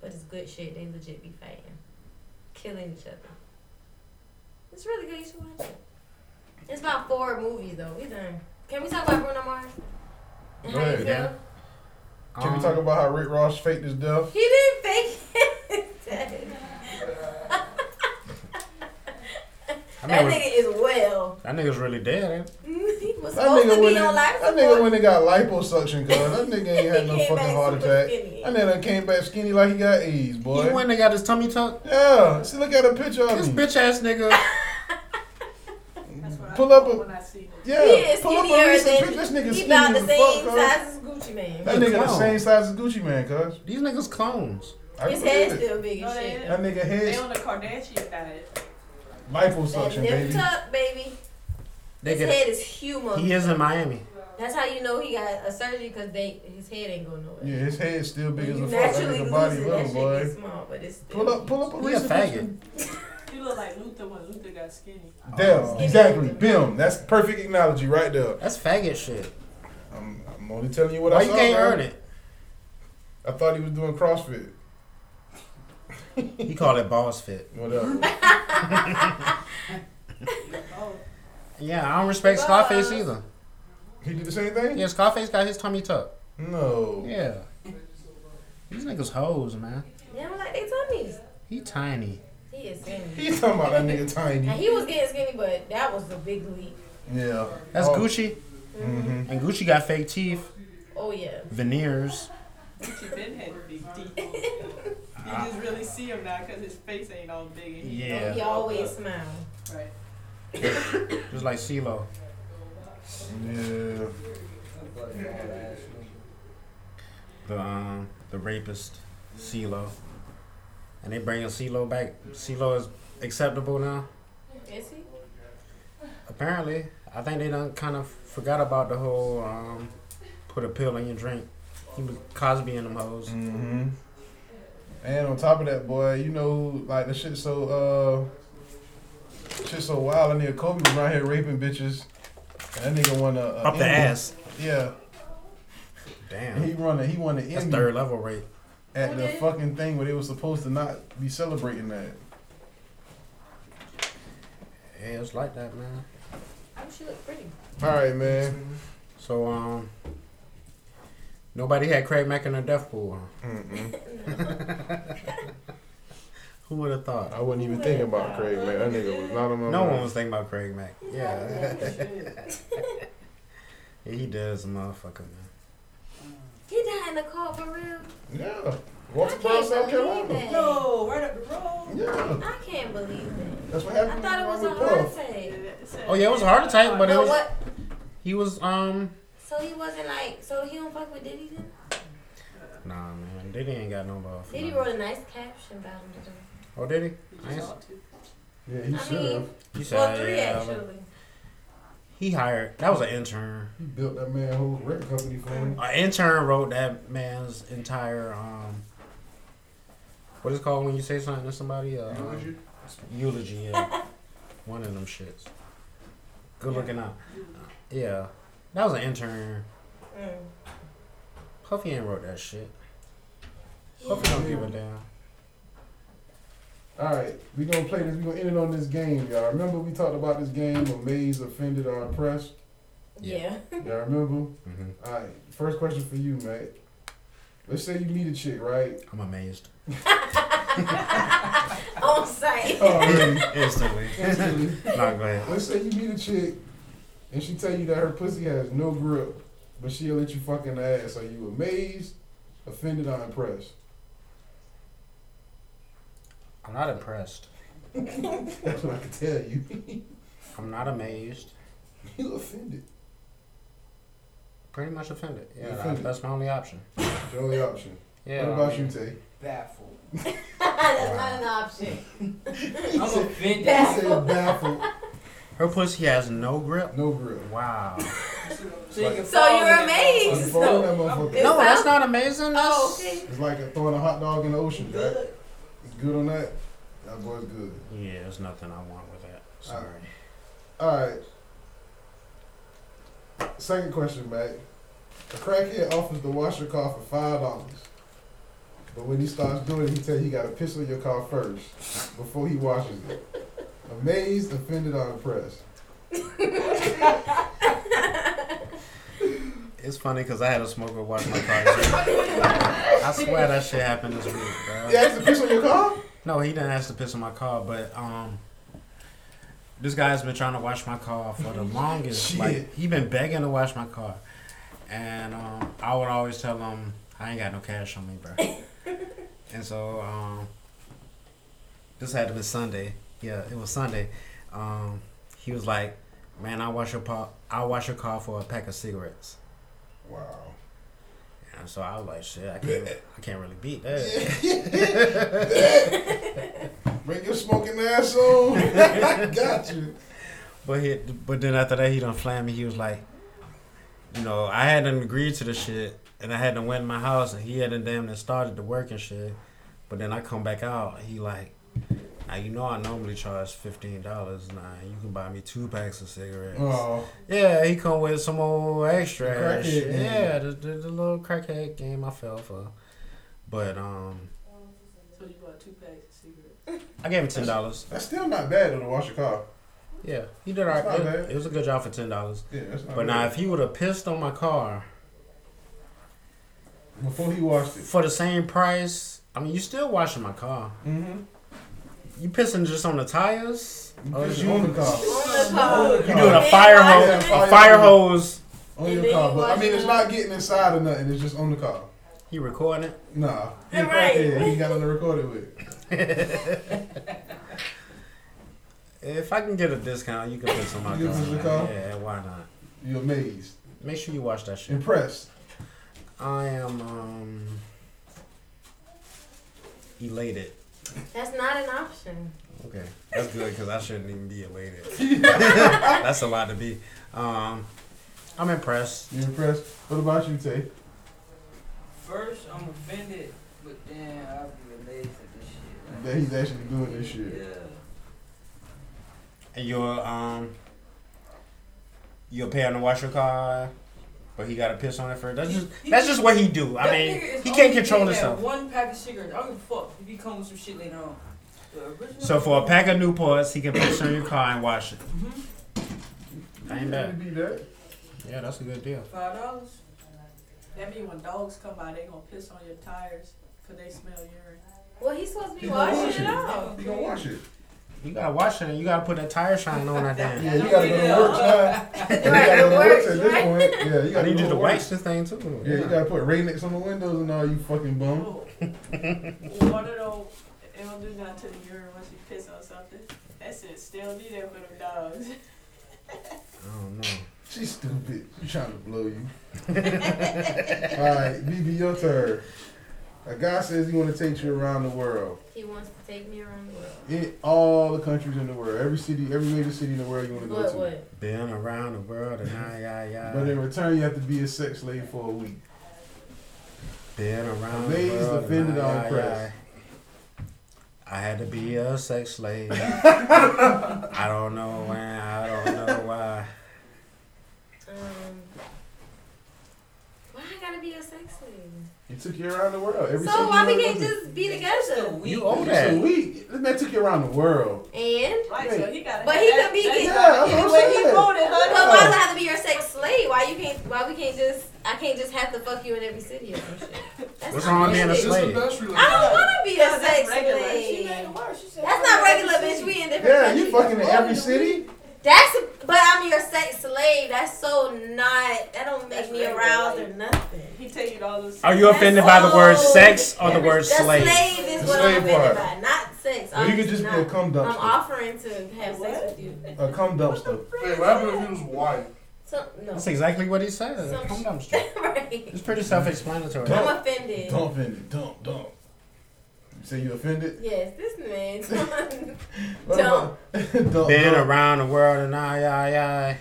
Speaker 4: But it's good shit, they legit be fighting. Killing each other. It's really good, you should watch it. It's about four movies though. We done. Can we talk about Bruno Mars? And how you
Speaker 6: Go ahead.
Speaker 4: feel?
Speaker 6: Can
Speaker 5: Um,
Speaker 6: we talk about how Rick Ross faked his death?
Speaker 4: He didn't fake his death.
Speaker 5: I
Speaker 4: That
Speaker 5: mean,
Speaker 4: nigga is well.
Speaker 5: That nigga's really dead.
Speaker 4: he was
Speaker 6: That
Speaker 4: supposed
Speaker 6: nigga,
Speaker 4: to
Speaker 6: went
Speaker 4: be
Speaker 6: in,
Speaker 4: on life
Speaker 6: that
Speaker 4: support.
Speaker 6: nigga went and got liposuction, cuz. That nigga ain't had no
Speaker 4: He came
Speaker 6: fucking
Speaker 4: back
Speaker 6: heart
Speaker 4: super
Speaker 6: attack.
Speaker 4: skinny.
Speaker 6: That nigga done came back skinny like he got AIDS,
Speaker 5: Eh? He
Speaker 6: boy.
Speaker 5: went and got his tummy tucked.
Speaker 6: yeah, see, look at a picture
Speaker 5: This
Speaker 6: of him.
Speaker 5: bitch ass nigga.
Speaker 13: That's what
Speaker 6: Pull up a.
Speaker 13: I see.
Speaker 6: Yeah,
Speaker 4: He is
Speaker 6: pull up
Speaker 4: skinnier
Speaker 6: a recent
Speaker 4: than-
Speaker 6: picture. This nigga
Speaker 4: He
Speaker 6: skinny
Speaker 4: about the
Speaker 6: as
Speaker 4: same
Speaker 6: fuck,
Speaker 4: size as Gucci
Speaker 6: cuz.
Speaker 4: Man.
Speaker 6: That nigga the
Speaker 5: Clown.
Speaker 6: same size as Gucci Man, cuz.
Speaker 5: These niggas clones.
Speaker 6: I
Speaker 4: His
Speaker 6: can get
Speaker 4: head's
Speaker 6: it.
Speaker 4: still big as shit.
Speaker 6: That nigga
Speaker 13: They
Speaker 6: head
Speaker 13: on the Kardashian diet.
Speaker 4: That
Speaker 6: liposuction,
Speaker 4: nip
Speaker 6: baby.
Speaker 4: tuck, baby.
Speaker 5: They
Speaker 4: his
Speaker 5: get.
Speaker 4: head is humongous.
Speaker 5: He is in Miami.
Speaker 4: That's how you know he got a surgery because they his head ain't going nowhere.
Speaker 6: Yeah, his head's still big as
Speaker 4: you
Speaker 6: a fuck. That
Speaker 4: naturally
Speaker 6: nigga
Speaker 4: lose
Speaker 6: body
Speaker 4: it.
Speaker 6: little,
Speaker 4: That shit
Speaker 6: boy.
Speaker 4: gets small, but it's still
Speaker 6: Pull up, pull up a
Speaker 5: He a
Speaker 6: recent picture.
Speaker 5: faggot.
Speaker 13: You look like Luther when Luther got skinny.
Speaker 5: Oh,
Speaker 6: Damn, exactly. Bim. That's perfect analogy right there.
Speaker 5: That's faggot shit.
Speaker 6: I'm, I'm only telling you what
Speaker 5: Why
Speaker 6: I
Speaker 5: you
Speaker 6: saw.
Speaker 5: can't
Speaker 6: man.
Speaker 5: earn it?
Speaker 6: I thought he was doing CrossFit.
Speaker 5: He called it balls fit.
Speaker 6: Whatever.
Speaker 13: Oh,
Speaker 5: Yeah, I don't respect
Speaker 4: Balls.
Speaker 5: Scarface either.
Speaker 6: he did the same thing?
Speaker 5: Yeah, Scarface got his tummy tucked.
Speaker 6: No.
Speaker 5: Yeah. These niggas hoes, man.
Speaker 4: Yeah, I'm like they tummies.
Speaker 5: He tiny.
Speaker 4: He is skinny.
Speaker 6: He's talking about that nigga
Speaker 4: Now
Speaker 6: tiny.
Speaker 4: he was getting skinny, but that was the big leap.
Speaker 6: Yeah.
Speaker 5: That's
Speaker 6: Oh,
Speaker 5: Gucci.
Speaker 6: mhm.
Speaker 5: And Gucci got fake teeth,
Speaker 4: Oh yeah.
Speaker 5: veneers.
Speaker 13: Gucci Ben had big teeth. You just really see him now because his face ain't all big. And he
Speaker 5: Yeah.
Speaker 4: He always smile.
Speaker 13: Right.
Speaker 5: Just like CeeLo.
Speaker 6: Yeah.
Speaker 5: The um, the rapist, CeeLo. And they bringing CeeLo back. CeeLo is acceptable now.
Speaker 4: Is he?
Speaker 5: Apparently, I think they done kind of forgot about the whole um, put a pill in your drink. He was Cosby and them hoes.
Speaker 6: Mm-hmm. And on top of that, boy, you know, like the shit so uh, shit so wild. And nigga Kobe was around here raping bitches. And that nigga won a, a
Speaker 5: Up the
Speaker 6: Emmy.
Speaker 5: ass.
Speaker 6: Yeah. And he
Speaker 5: Damn.
Speaker 6: won a he won an
Speaker 5: That's
Speaker 6: Emmy
Speaker 5: third level rape.
Speaker 6: at the
Speaker 4: Okay.
Speaker 6: fucking thing where they were supposed to not be celebrating that.
Speaker 5: Yeah, it's like that, man.
Speaker 4: I wish you looked pretty.
Speaker 6: All right, man.
Speaker 5: So um, nobody had Craig Mack in their death pool. on.
Speaker 6: Mm-mm.
Speaker 5: Who would have thought?
Speaker 6: I wasn't even thinking about Craig, man. That nigga was not on my
Speaker 5: No
Speaker 6: mind.
Speaker 5: one was thinking about Craig Mack. Yeah. yeah he does, motherfucker, man.
Speaker 4: He died in the car for real.
Speaker 6: Yeah.
Speaker 4: I
Speaker 6: Walter
Speaker 4: can't
Speaker 6: Brown,
Speaker 4: believe
Speaker 6: South Carolina.
Speaker 4: that.
Speaker 13: No, right up the road.
Speaker 6: Yeah.
Speaker 4: I can't believe that.
Speaker 6: That's what
Speaker 4: I
Speaker 6: happened.
Speaker 4: thought it was
Speaker 6: with
Speaker 4: a heart
Speaker 6: Puff.
Speaker 4: attack.
Speaker 5: Oh yeah, it was a heart attack, but it
Speaker 4: No,
Speaker 5: was
Speaker 4: what?
Speaker 5: he was um.
Speaker 4: So he wasn't like. So he don't fuck with Diddy then?
Speaker 5: Nah, man, Diddy ain't got no ball. for
Speaker 4: Diddy
Speaker 5: nothing.
Speaker 4: wrote a nice caption about him today.
Speaker 5: Oh, did he? I
Speaker 13: Just
Speaker 5: ain't-
Speaker 13: ought to.
Speaker 6: Yeah, he
Speaker 4: I
Speaker 6: should have.
Speaker 4: mean,
Speaker 5: He said,
Speaker 4: well, three
Speaker 5: yeah, but
Speaker 4: actually.
Speaker 5: he hired. That was an intern.
Speaker 6: He built that man whole record company for him.
Speaker 5: An intern wrote that man's entire um. What is it called when you say something to somebody? Uh,
Speaker 6: Eulogy?
Speaker 5: Eulogy. Yeah. One of them shits. Good looking out. Yeah, that was an intern.
Speaker 4: Mm.
Speaker 5: Puffy ain't wrote that shit. Puffy don't give a damn.
Speaker 6: All right, we gonna play this. We gonna end it on this game, y'all. Remember we talked about this game, Amaze, Offended, or Oppressed.
Speaker 4: Yeah.
Speaker 6: Y'all remember?
Speaker 5: Mm-hmm.
Speaker 6: All right, first question for you, Mac. Let's say you meet a chick, right?
Speaker 5: I'm amazed.
Speaker 4: On site.
Speaker 6: Oh, really?
Speaker 5: Instantly. Not go ahead.
Speaker 6: Let's say you meet a chick, and she tell you that her pussy has no grip, but she'll let you fuck in the ass. Are you amazed, offended, or impressed?
Speaker 5: I'm not impressed.
Speaker 6: That's what I can tell you.
Speaker 5: I'm not amazed.
Speaker 6: you offended.
Speaker 5: Pretty much offended. Yeah,
Speaker 6: You're offended.
Speaker 5: that's my only option.
Speaker 6: The only option.
Speaker 5: Yeah.
Speaker 6: what
Speaker 5: I
Speaker 6: about
Speaker 5: mean-
Speaker 6: you, Tay?
Speaker 11: Baffled.
Speaker 4: That's not an option.
Speaker 11: I'm offended.
Speaker 6: He said baffled,
Speaker 5: Her pussy has no grip.
Speaker 6: no grip.
Speaker 5: Wow.
Speaker 11: So, you can
Speaker 4: So
Speaker 11: follow
Speaker 4: you're
Speaker 11: me.
Speaker 6: You
Speaker 4: amazed.
Speaker 6: fold that motherfucker.
Speaker 5: No, that's not amazing. That's,
Speaker 4: Oh, okay.
Speaker 6: It's like throwing a hot dog in the ocean, right? It's good on that. That boy's good.
Speaker 5: Yeah, there's nothing I want with that. Sorry.
Speaker 6: All right. Second question, Mac. A crackhead offers to wash your car for five dollars, but when he starts doing it, he tell you he got to piss on your car first before he washes it. Amazed, offended, or impressed?
Speaker 5: It's funny because I had a smoker wash my car. I swear that shit happened this week, bro.
Speaker 6: He asked to piss on your car.
Speaker 5: No, he didn't ask to piss on my car, but um, this guy's been trying to wash my car for the longest.
Speaker 6: Shit.
Speaker 5: Like he been begging to wash my car, and um, I would always tell him I ain't got no cash on me, bro. and so um, this had to be Sunday. Yeah, it was Sunday. Um, he was like, "Man, I wash your pa- I wash your car for a pack of cigarettes."
Speaker 6: Wow.
Speaker 5: And so I was like, "Shit, I can't, I can't really beat that."
Speaker 6: Bring your smoking ass on. I got you.
Speaker 5: But he, but then after that, he done flamed me. He was like, you know, I hadn't agreed to the shit, and I hadn't went in my house, and he hadn't damn near started to work and shit. But then I come back out, he like, now you know I normally charge fifteen dollars. Nah, you can buy me two packs of cigarettes.
Speaker 6: Oh,
Speaker 5: Yeah, he come with some old extra
Speaker 6: The
Speaker 5: ass
Speaker 6: crackhead
Speaker 5: shit.
Speaker 6: game.
Speaker 5: Yeah, the, the, the little crackhead game I fell for. But um,
Speaker 13: So you bought two packs of cigarettes.
Speaker 5: I gave him ten dollars.
Speaker 6: that's still not bad though to wash your car.
Speaker 5: Yeah, he did all
Speaker 6: That's
Speaker 5: right.
Speaker 6: not
Speaker 5: It,
Speaker 6: bad.
Speaker 5: it was a good job for ten dollars.
Speaker 6: Yeah, that's not
Speaker 5: But
Speaker 6: bad.
Speaker 5: now, if he would have pissed on my car.
Speaker 6: before he washed it.
Speaker 5: for the same price. I mean, you still washing my car.
Speaker 6: Mm-hmm.
Speaker 5: You pissing just on the tires?
Speaker 6: You
Speaker 5: Or
Speaker 6: pissing
Speaker 5: you,
Speaker 6: on the car.
Speaker 4: On the car.
Speaker 5: Oh, you doing a
Speaker 4: Big
Speaker 5: fire
Speaker 4: washing
Speaker 5: hose?
Speaker 6: Yeah,
Speaker 5: A
Speaker 6: fire
Speaker 5: fire hose?
Speaker 6: On
Speaker 4: And
Speaker 6: your
Speaker 4: then
Speaker 6: car,
Speaker 4: you
Speaker 6: but I
Speaker 4: wash
Speaker 6: mean,
Speaker 4: it
Speaker 6: it's
Speaker 4: up.
Speaker 6: not getting inside or nothing. It's just on the car.
Speaker 5: He recording it?
Speaker 6: Nah, he a
Speaker 4: Right.
Speaker 6: crackhead. He got on the recorder with. it.
Speaker 5: If I can get a discount, you can piss on my
Speaker 6: You
Speaker 5: car.
Speaker 6: piss on the
Speaker 5: man.
Speaker 6: car?
Speaker 5: Yeah, why not?
Speaker 6: You amazed,
Speaker 5: Make sure you watch that shit.
Speaker 6: impressed.
Speaker 5: I am um elated.
Speaker 4: That's not an option.
Speaker 5: Okay, that's good because I shouldn't even be elated. that's a lot to be. Um, I'm impressed.
Speaker 6: You impressed. What about you, Tay?
Speaker 11: First, I'm offended, but then I'll be amazed at this shit.
Speaker 6: That he's actually doing this shit.
Speaker 11: Yeah.
Speaker 5: And you're um you're paying to wash your car, but he got to piss on it first. That's just that's just what he do. I
Speaker 11: That
Speaker 5: mean,
Speaker 11: nigga is
Speaker 5: he
Speaker 11: only
Speaker 5: can't control
Speaker 11: getting that
Speaker 5: himself.
Speaker 11: One pack of cigarettes. I don't give a fuck if he comes with some shit later on.
Speaker 5: So for a pack of Newports, he can put some in your car and wash it. Ain't bad.
Speaker 6: Be that.
Speaker 5: Yeah, that's a good deal.
Speaker 13: Five dollars? That mean when dogs come by, they gonna piss on your tires because they smell urine.
Speaker 4: Well, he's supposed to be
Speaker 6: He gonna wash
Speaker 4: washing it
Speaker 6: it.
Speaker 4: off.
Speaker 6: You gonna wash it?
Speaker 5: You gotta wash it and you gotta put that tire shine on that damn.
Speaker 6: Yeah, you gotta go to work time. You gotta go to work at this point. Yeah, you
Speaker 5: I
Speaker 6: gotta
Speaker 5: need
Speaker 6: go
Speaker 5: you to
Speaker 6: work.
Speaker 5: wax this thing too.
Speaker 6: Yeah, you gotta put Rain-X on the windows and all. You fucking bum.
Speaker 13: Oh. Water though, it don't do nothing to the urine once you piss on something. That shit still be there for them dogs.
Speaker 5: I don't know.
Speaker 6: She's stupid. She trying to blow you. All right, BB, your turn. A guy says he want to take you around the world.
Speaker 4: He wants to take me around the world.
Speaker 6: In all the countries in the world, every city, every major city in the world you want to go
Speaker 4: What?
Speaker 6: to.
Speaker 4: What?
Speaker 5: Been around the world and I, yeah,
Speaker 6: But in
Speaker 5: yeah.
Speaker 6: return, you have to be a sex slave for a week.
Speaker 5: Been around the
Speaker 6: Amazed,
Speaker 5: world.
Speaker 6: offended,
Speaker 5: and
Speaker 6: or
Speaker 5: I, Oh, yeah, yeah.
Speaker 6: impressed?
Speaker 5: I had to be a sex slave. I don't know when. I don't know why.
Speaker 4: Um. Why I gotta be a sex slave?
Speaker 6: He took you around the world. Every
Speaker 4: So
Speaker 6: city
Speaker 4: why
Speaker 6: you
Speaker 4: we
Speaker 6: wanna
Speaker 4: can't
Speaker 6: go to. Oh,
Speaker 4: just be together?
Speaker 5: You owe
Speaker 6: It's a
Speaker 5: that.
Speaker 6: week? This man took you around the world.
Speaker 4: And
Speaker 13: Right, so he gotta
Speaker 4: But
Speaker 13: have
Speaker 4: he
Speaker 13: that-
Speaker 4: could be
Speaker 13: that-
Speaker 4: getting-
Speaker 6: Yeah, that's what I'm
Speaker 13: When he
Speaker 6: saying.
Speaker 13: voted,
Speaker 4: but
Speaker 13: honey.
Speaker 4: why does I have to be your sex slave? Why you can't? Why we can't just? I can't just have to fuck you in every city or some shit. That's
Speaker 5: What's wrong with being a
Speaker 4: stupid.
Speaker 5: slave?
Speaker 4: I don't want to be a sex
Speaker 13: regular. She
Speaker 4: slave.
Speaker 13: made it
Speaker 4: That's not regular, bitch. We in different
Speaker 6: Yeah,
Speaker 4: countries.
Speaker 6: you fucking in every city.
Speaker 4: That's but I'm your sex slave. That's so not. That don't make
Speaker 13: That's
Speaker 4: me
Speaker 13: regular,
Speaker 4: aroused
Speaker 13: like-
Speaker 4: or nothing.
Speaker 13: He take you to all this.
Speaker 5: Are you offended by the word
Speaker 4: Oh.
Speaker 5: sex or the word
Speaker 4: The slave,
Speaker 5: slave?
Speaker 4: is
Speaker 6: The
Speaker 4: what
Speaker 6: slave
Speaker 4: I'm offended
Speaker 6: part.
Speaker 4: by, not sex.
Speaker 6: Or you could just be a cum
Speaker 4: I'm
Speaker 6: dumpster.
Speaker 4: offering to have sex with you.
Speaker 6: A cum dumpster.
Speaker 10: Hey, what happened if he was white?
Speaker 4: So, no.
Speaker 5: That's exactly what he said. A cum dumpster.
Speaker 4: right.
Speaker 5: It's pretty self-explanatory.
Speaker 6: Dump.
Speaker 4: I'm offended.
Speaker 6: Dump offended. Dump, dump. You say you offended?
Speaker 4: Yes, this man.
Speaker 6: What
Speaker 4: Dump.
Speaker 6: about- dump.
Speaker 5: Been
Speaker 6: dump.
Speaker 5: around the world and I, I,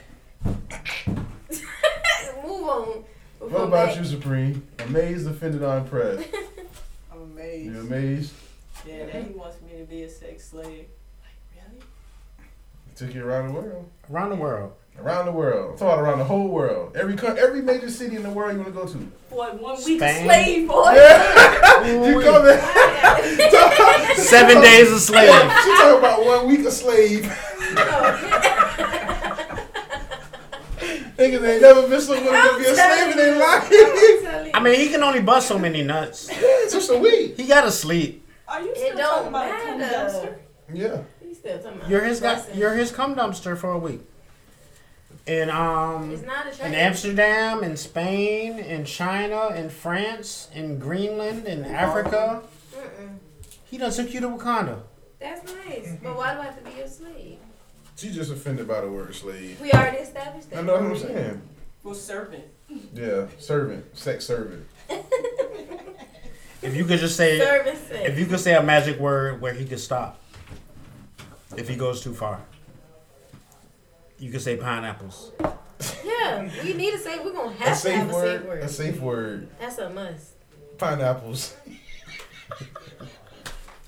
Speaker 4: Move on. We'll
Speaker 6: What
Speaker 4: come
Speaker 6: about
Speaker 4: back.
Speaker 6: you, Supreme? Amazed, offended, or impressed?
Speaker 13: I'm amazed.
Speaker 6: You amazed?
Speaker 13: Yeah, that he wants me to be a sex slave. Like, really?
Speaker 6: Took you around the world.
Speaker 5: around the world.
Speaker 6: Around the world. I'm talking about around the whole world. Every coun- every major city in the world you want to go to.
Speaker 13: For one week
Speaker 5: Spain.
Speaker 13: of
Speaker 4: Slave boy.
Speaker 6: You coming?
Speaker 5: Seven days a
Speaker 6: she
Speaker 5: slave.
Speaker 6: talking about one week a slave. Niggas ain't never been so willing to be a slave in their life.
Speaker 5: I mean, he can only bust so many nuts.
Speaker 6: Yeah, just a week.
Speaker 5: He gotta sleep.
Speaker 13: Are you still
Speaker 4: It
Speaker 13: talking
Speaker 4: don't
Speaker 13: about a cum
Speaker 4: matter.
Speaker 13: dumpster?
Speaker 6: Yeah.
Speaker 4: He's still talking about
Speaker 5: You're his guy.
Speaker 4: dressing.
Speaker 5: You're his cum dumpster for a week. In um,
Speaker 4: It's not a
Speaker 5: in
Speaker 4: train.
Speaker 5: Amsterdam, in Spain, in China, in France, in Greenland, in Africa. He done took you to Wakanda.
Speaker 4: That's nice. But why do I have to be your slave?
Speaker 6: She just offended by the word slave.
Speaker 4: We already established that.
Speaker 6: I know what I'm saying.
Speaker 13: Well, servant.
Speaker 6: Yeah, servant, sex servant.
Speaker 5: If you could just say,
Speaker 4: Service
Speaker 5: if
Speaker 4: sex.
Speaker 5: you could say a magic word where he could stop, if he goes too far, you could say pineapples.
Speaker 4: Yeah, we need to say we're gonna
Speaker 6: A
Speaker 4: have to
Speaker 6: safe
Speaker 4: have a safe
Speaker 6: word. A
Speaker 4: word.
Speaker 6: safe word.
Speaker 4: That's a must.
Speaker 6: Pineapples.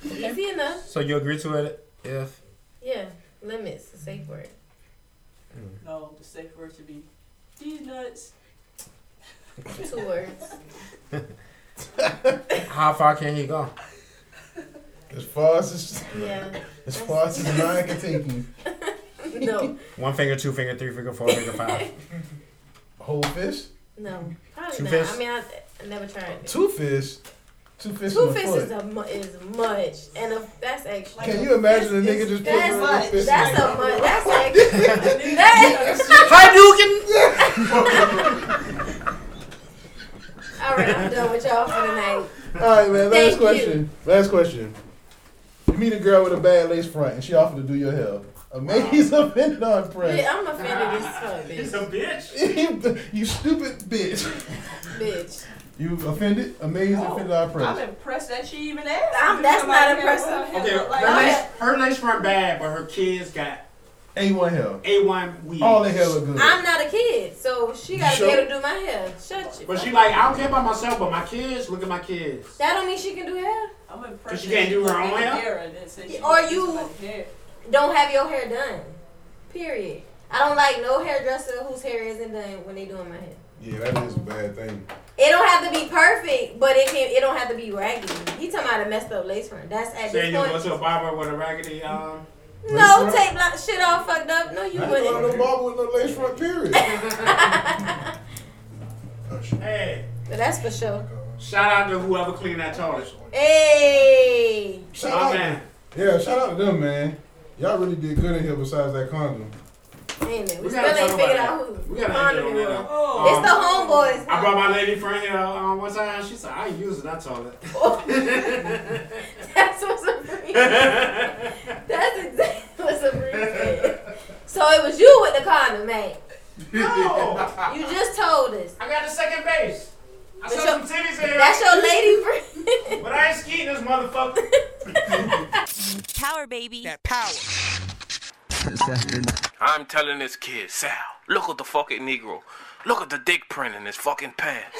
Speaker 4: Easy enough.
Speaker 5: So you agree to it if
Speaker 4: Yeah, limits. A safe word.
Speaker 13: No, the safe word should be these nuts.
Speaker 4: Two words.
Speaker 5: how far can he go?
Speaker 6: As far as it's,
Speaker 4: Yeah.
Speaker 6: as far as his mind can take you.
Speaker 4: No.
Speaker 5: One finger, two finger, three finger, four finger, five.
Speaker 6: Whole fish.
Speaker 4: No. Probably
Speaker 5: Two
Speaker 4: not.
Speaker 5: fists?
Speaker 4: I mean, I, I never tried. it.
Speaker 6: Two fish. Two fish.
Speaker 4: Two
Speaker 6: and a
Speaker 4: fists
Speaker 6: foot.
Speaker 4: is, a, mu- is much, and a, that's extra.
Speaker 6: Can you imagine a nigga just putting
Speaker 4: That's
Speaker 6: on a
Speaker 4: much.
Speaker 6: fist?
Speaker 4: That's a much. That's extra. That-
Speaker 5: Hadouken!
Speaker 4: All right, I'm done with y'all for tonight.
Speaker 6: All right, man. Last
Speaker 4: Thank you.
Speaker 6: question. Last question. You meet a girl with a bad lace front, and she offered to do your hair. Amazing, offended, or impressed.
Speaker 4: Yeah, I'm offended as fuck, bitch.
Speaker 10: bitch.
Speaker 6: you stupid bitch.
Speaker 4: Bitch,
Speaker 6: You offended? Amazed, offended, or
Speaker 13: Oh, I'm
Speaker 6: impressed?
Speaker 13: impressed that she even asked.
Speaker 4: I'm-
Speaker 13: him.
Speaker 4: that's
Speaker 13: Somebody
Speaker 4: not
Speaker 13: had
Speaker 4: impressive.
Speaker 13: one hell of
Speaker 5: Okay,
Speaker 13: a- like,
Speaker 5: her
Speaker 13: I
Speaker 5: lace,
Speaker 13: had-
Speaker 5: her lace front bad, but her kids got
Speaker 6: A1 hair.
Speaker 5: A1 weed.
Speaker 6: All the hair look good.
Speaker 4: I'm not a kid, so she gotta
Speaker 6: Sure.
Speaker 4: be able to do my hair. Shut you.
Speaker 5: But she like, I don't care about myself, but my kids, look at my kids.
Speaker 4: That don't mean she can do hair.
Speaker 13: I'm impressed.
Speaker 5: she can't
Speaker 13: that
Speaker 5: do her
Speaker 13: she
Speaker 5: own
Speaker 13: even
Speaker 5: hair?
Speaker 13: dare it and say she
Speaker 4: Or
Speaker 13: wanted
Speaker 4: you-
Speaker 13: somebody's hair.
Speaker 4: Don't have your hair done. Period. I don't like no hairdresser whose hair isn't done when they doing my hair.
Speaker 6: Yeah, that is a bad thing.
Speaker 4: It don't have to be perfect, but it can. It don't have to be raggedy. He talking about a messed up lace front. That's at
Speaker 5: Say
Speaker 4: this
Speaker 5: you go
Speaker 4: point.
Speaker 5: to a barber with a raggedy um.
Speaker 4: No,
Speaker 6: Lace front?
Speaker 4: take like, shit all fucked up. No, you
Speaker 6: I ain't going
Speaker 4: wouldn't.
Speaker 6: to no barber with no lace front period. Oh,
Speaker 5: Hey,
Speaker 4: But that's for sure.
Speaker 5: shout out to whoever cleaned that toilet.
Speaker 4: Hey,
Speaker 6: Shout
Speaker 5: My
Speaker 6: out,
Speaker 5: man,
Speaker 6: yeah, shout out to them, man. Y'all really did good in here besides that condom.
Speaker 4: Wait a minute,
Speaker 5: we
Speaker 4: we
Speaker 5: gotta
Speaker 4: still ain't
Speaker 5: talk about
Speaker 4: figured out
Speaker 5: that.
Speaker 4: who.
Speaker 5: We gotta end it
Speaker 4: Condom
Speaker 5: on
Speaker 4: you
Speaker 5: that.
Speaker 4: are.
Speaker 5: Um,
Speaker 4: It's the homeboys.
Speaker 5: I brought my lady friend here um, one time. She said, I ain't using that toilet.
Speaker 4: Oh, That's what Sabrina. That's exactly what Sabrina said. So it was you with the condom, man.
Speaker 5: no!
Speaker 4: You just told us.
Speaker 5: I got the second base. I saw
Speaker 4: That's
Speaker 5: some titties in
Speaker 4: That's
Speaker 5: here,
Speaker 4: your lady friend.
Speaker 5: but I ain't skeeting this motherfucker.
Speaker 3: Power baby.
Speaker 14: I'm telling this kid, Sal, look at the fucking Negro. Look at the dick print in his fucking pants.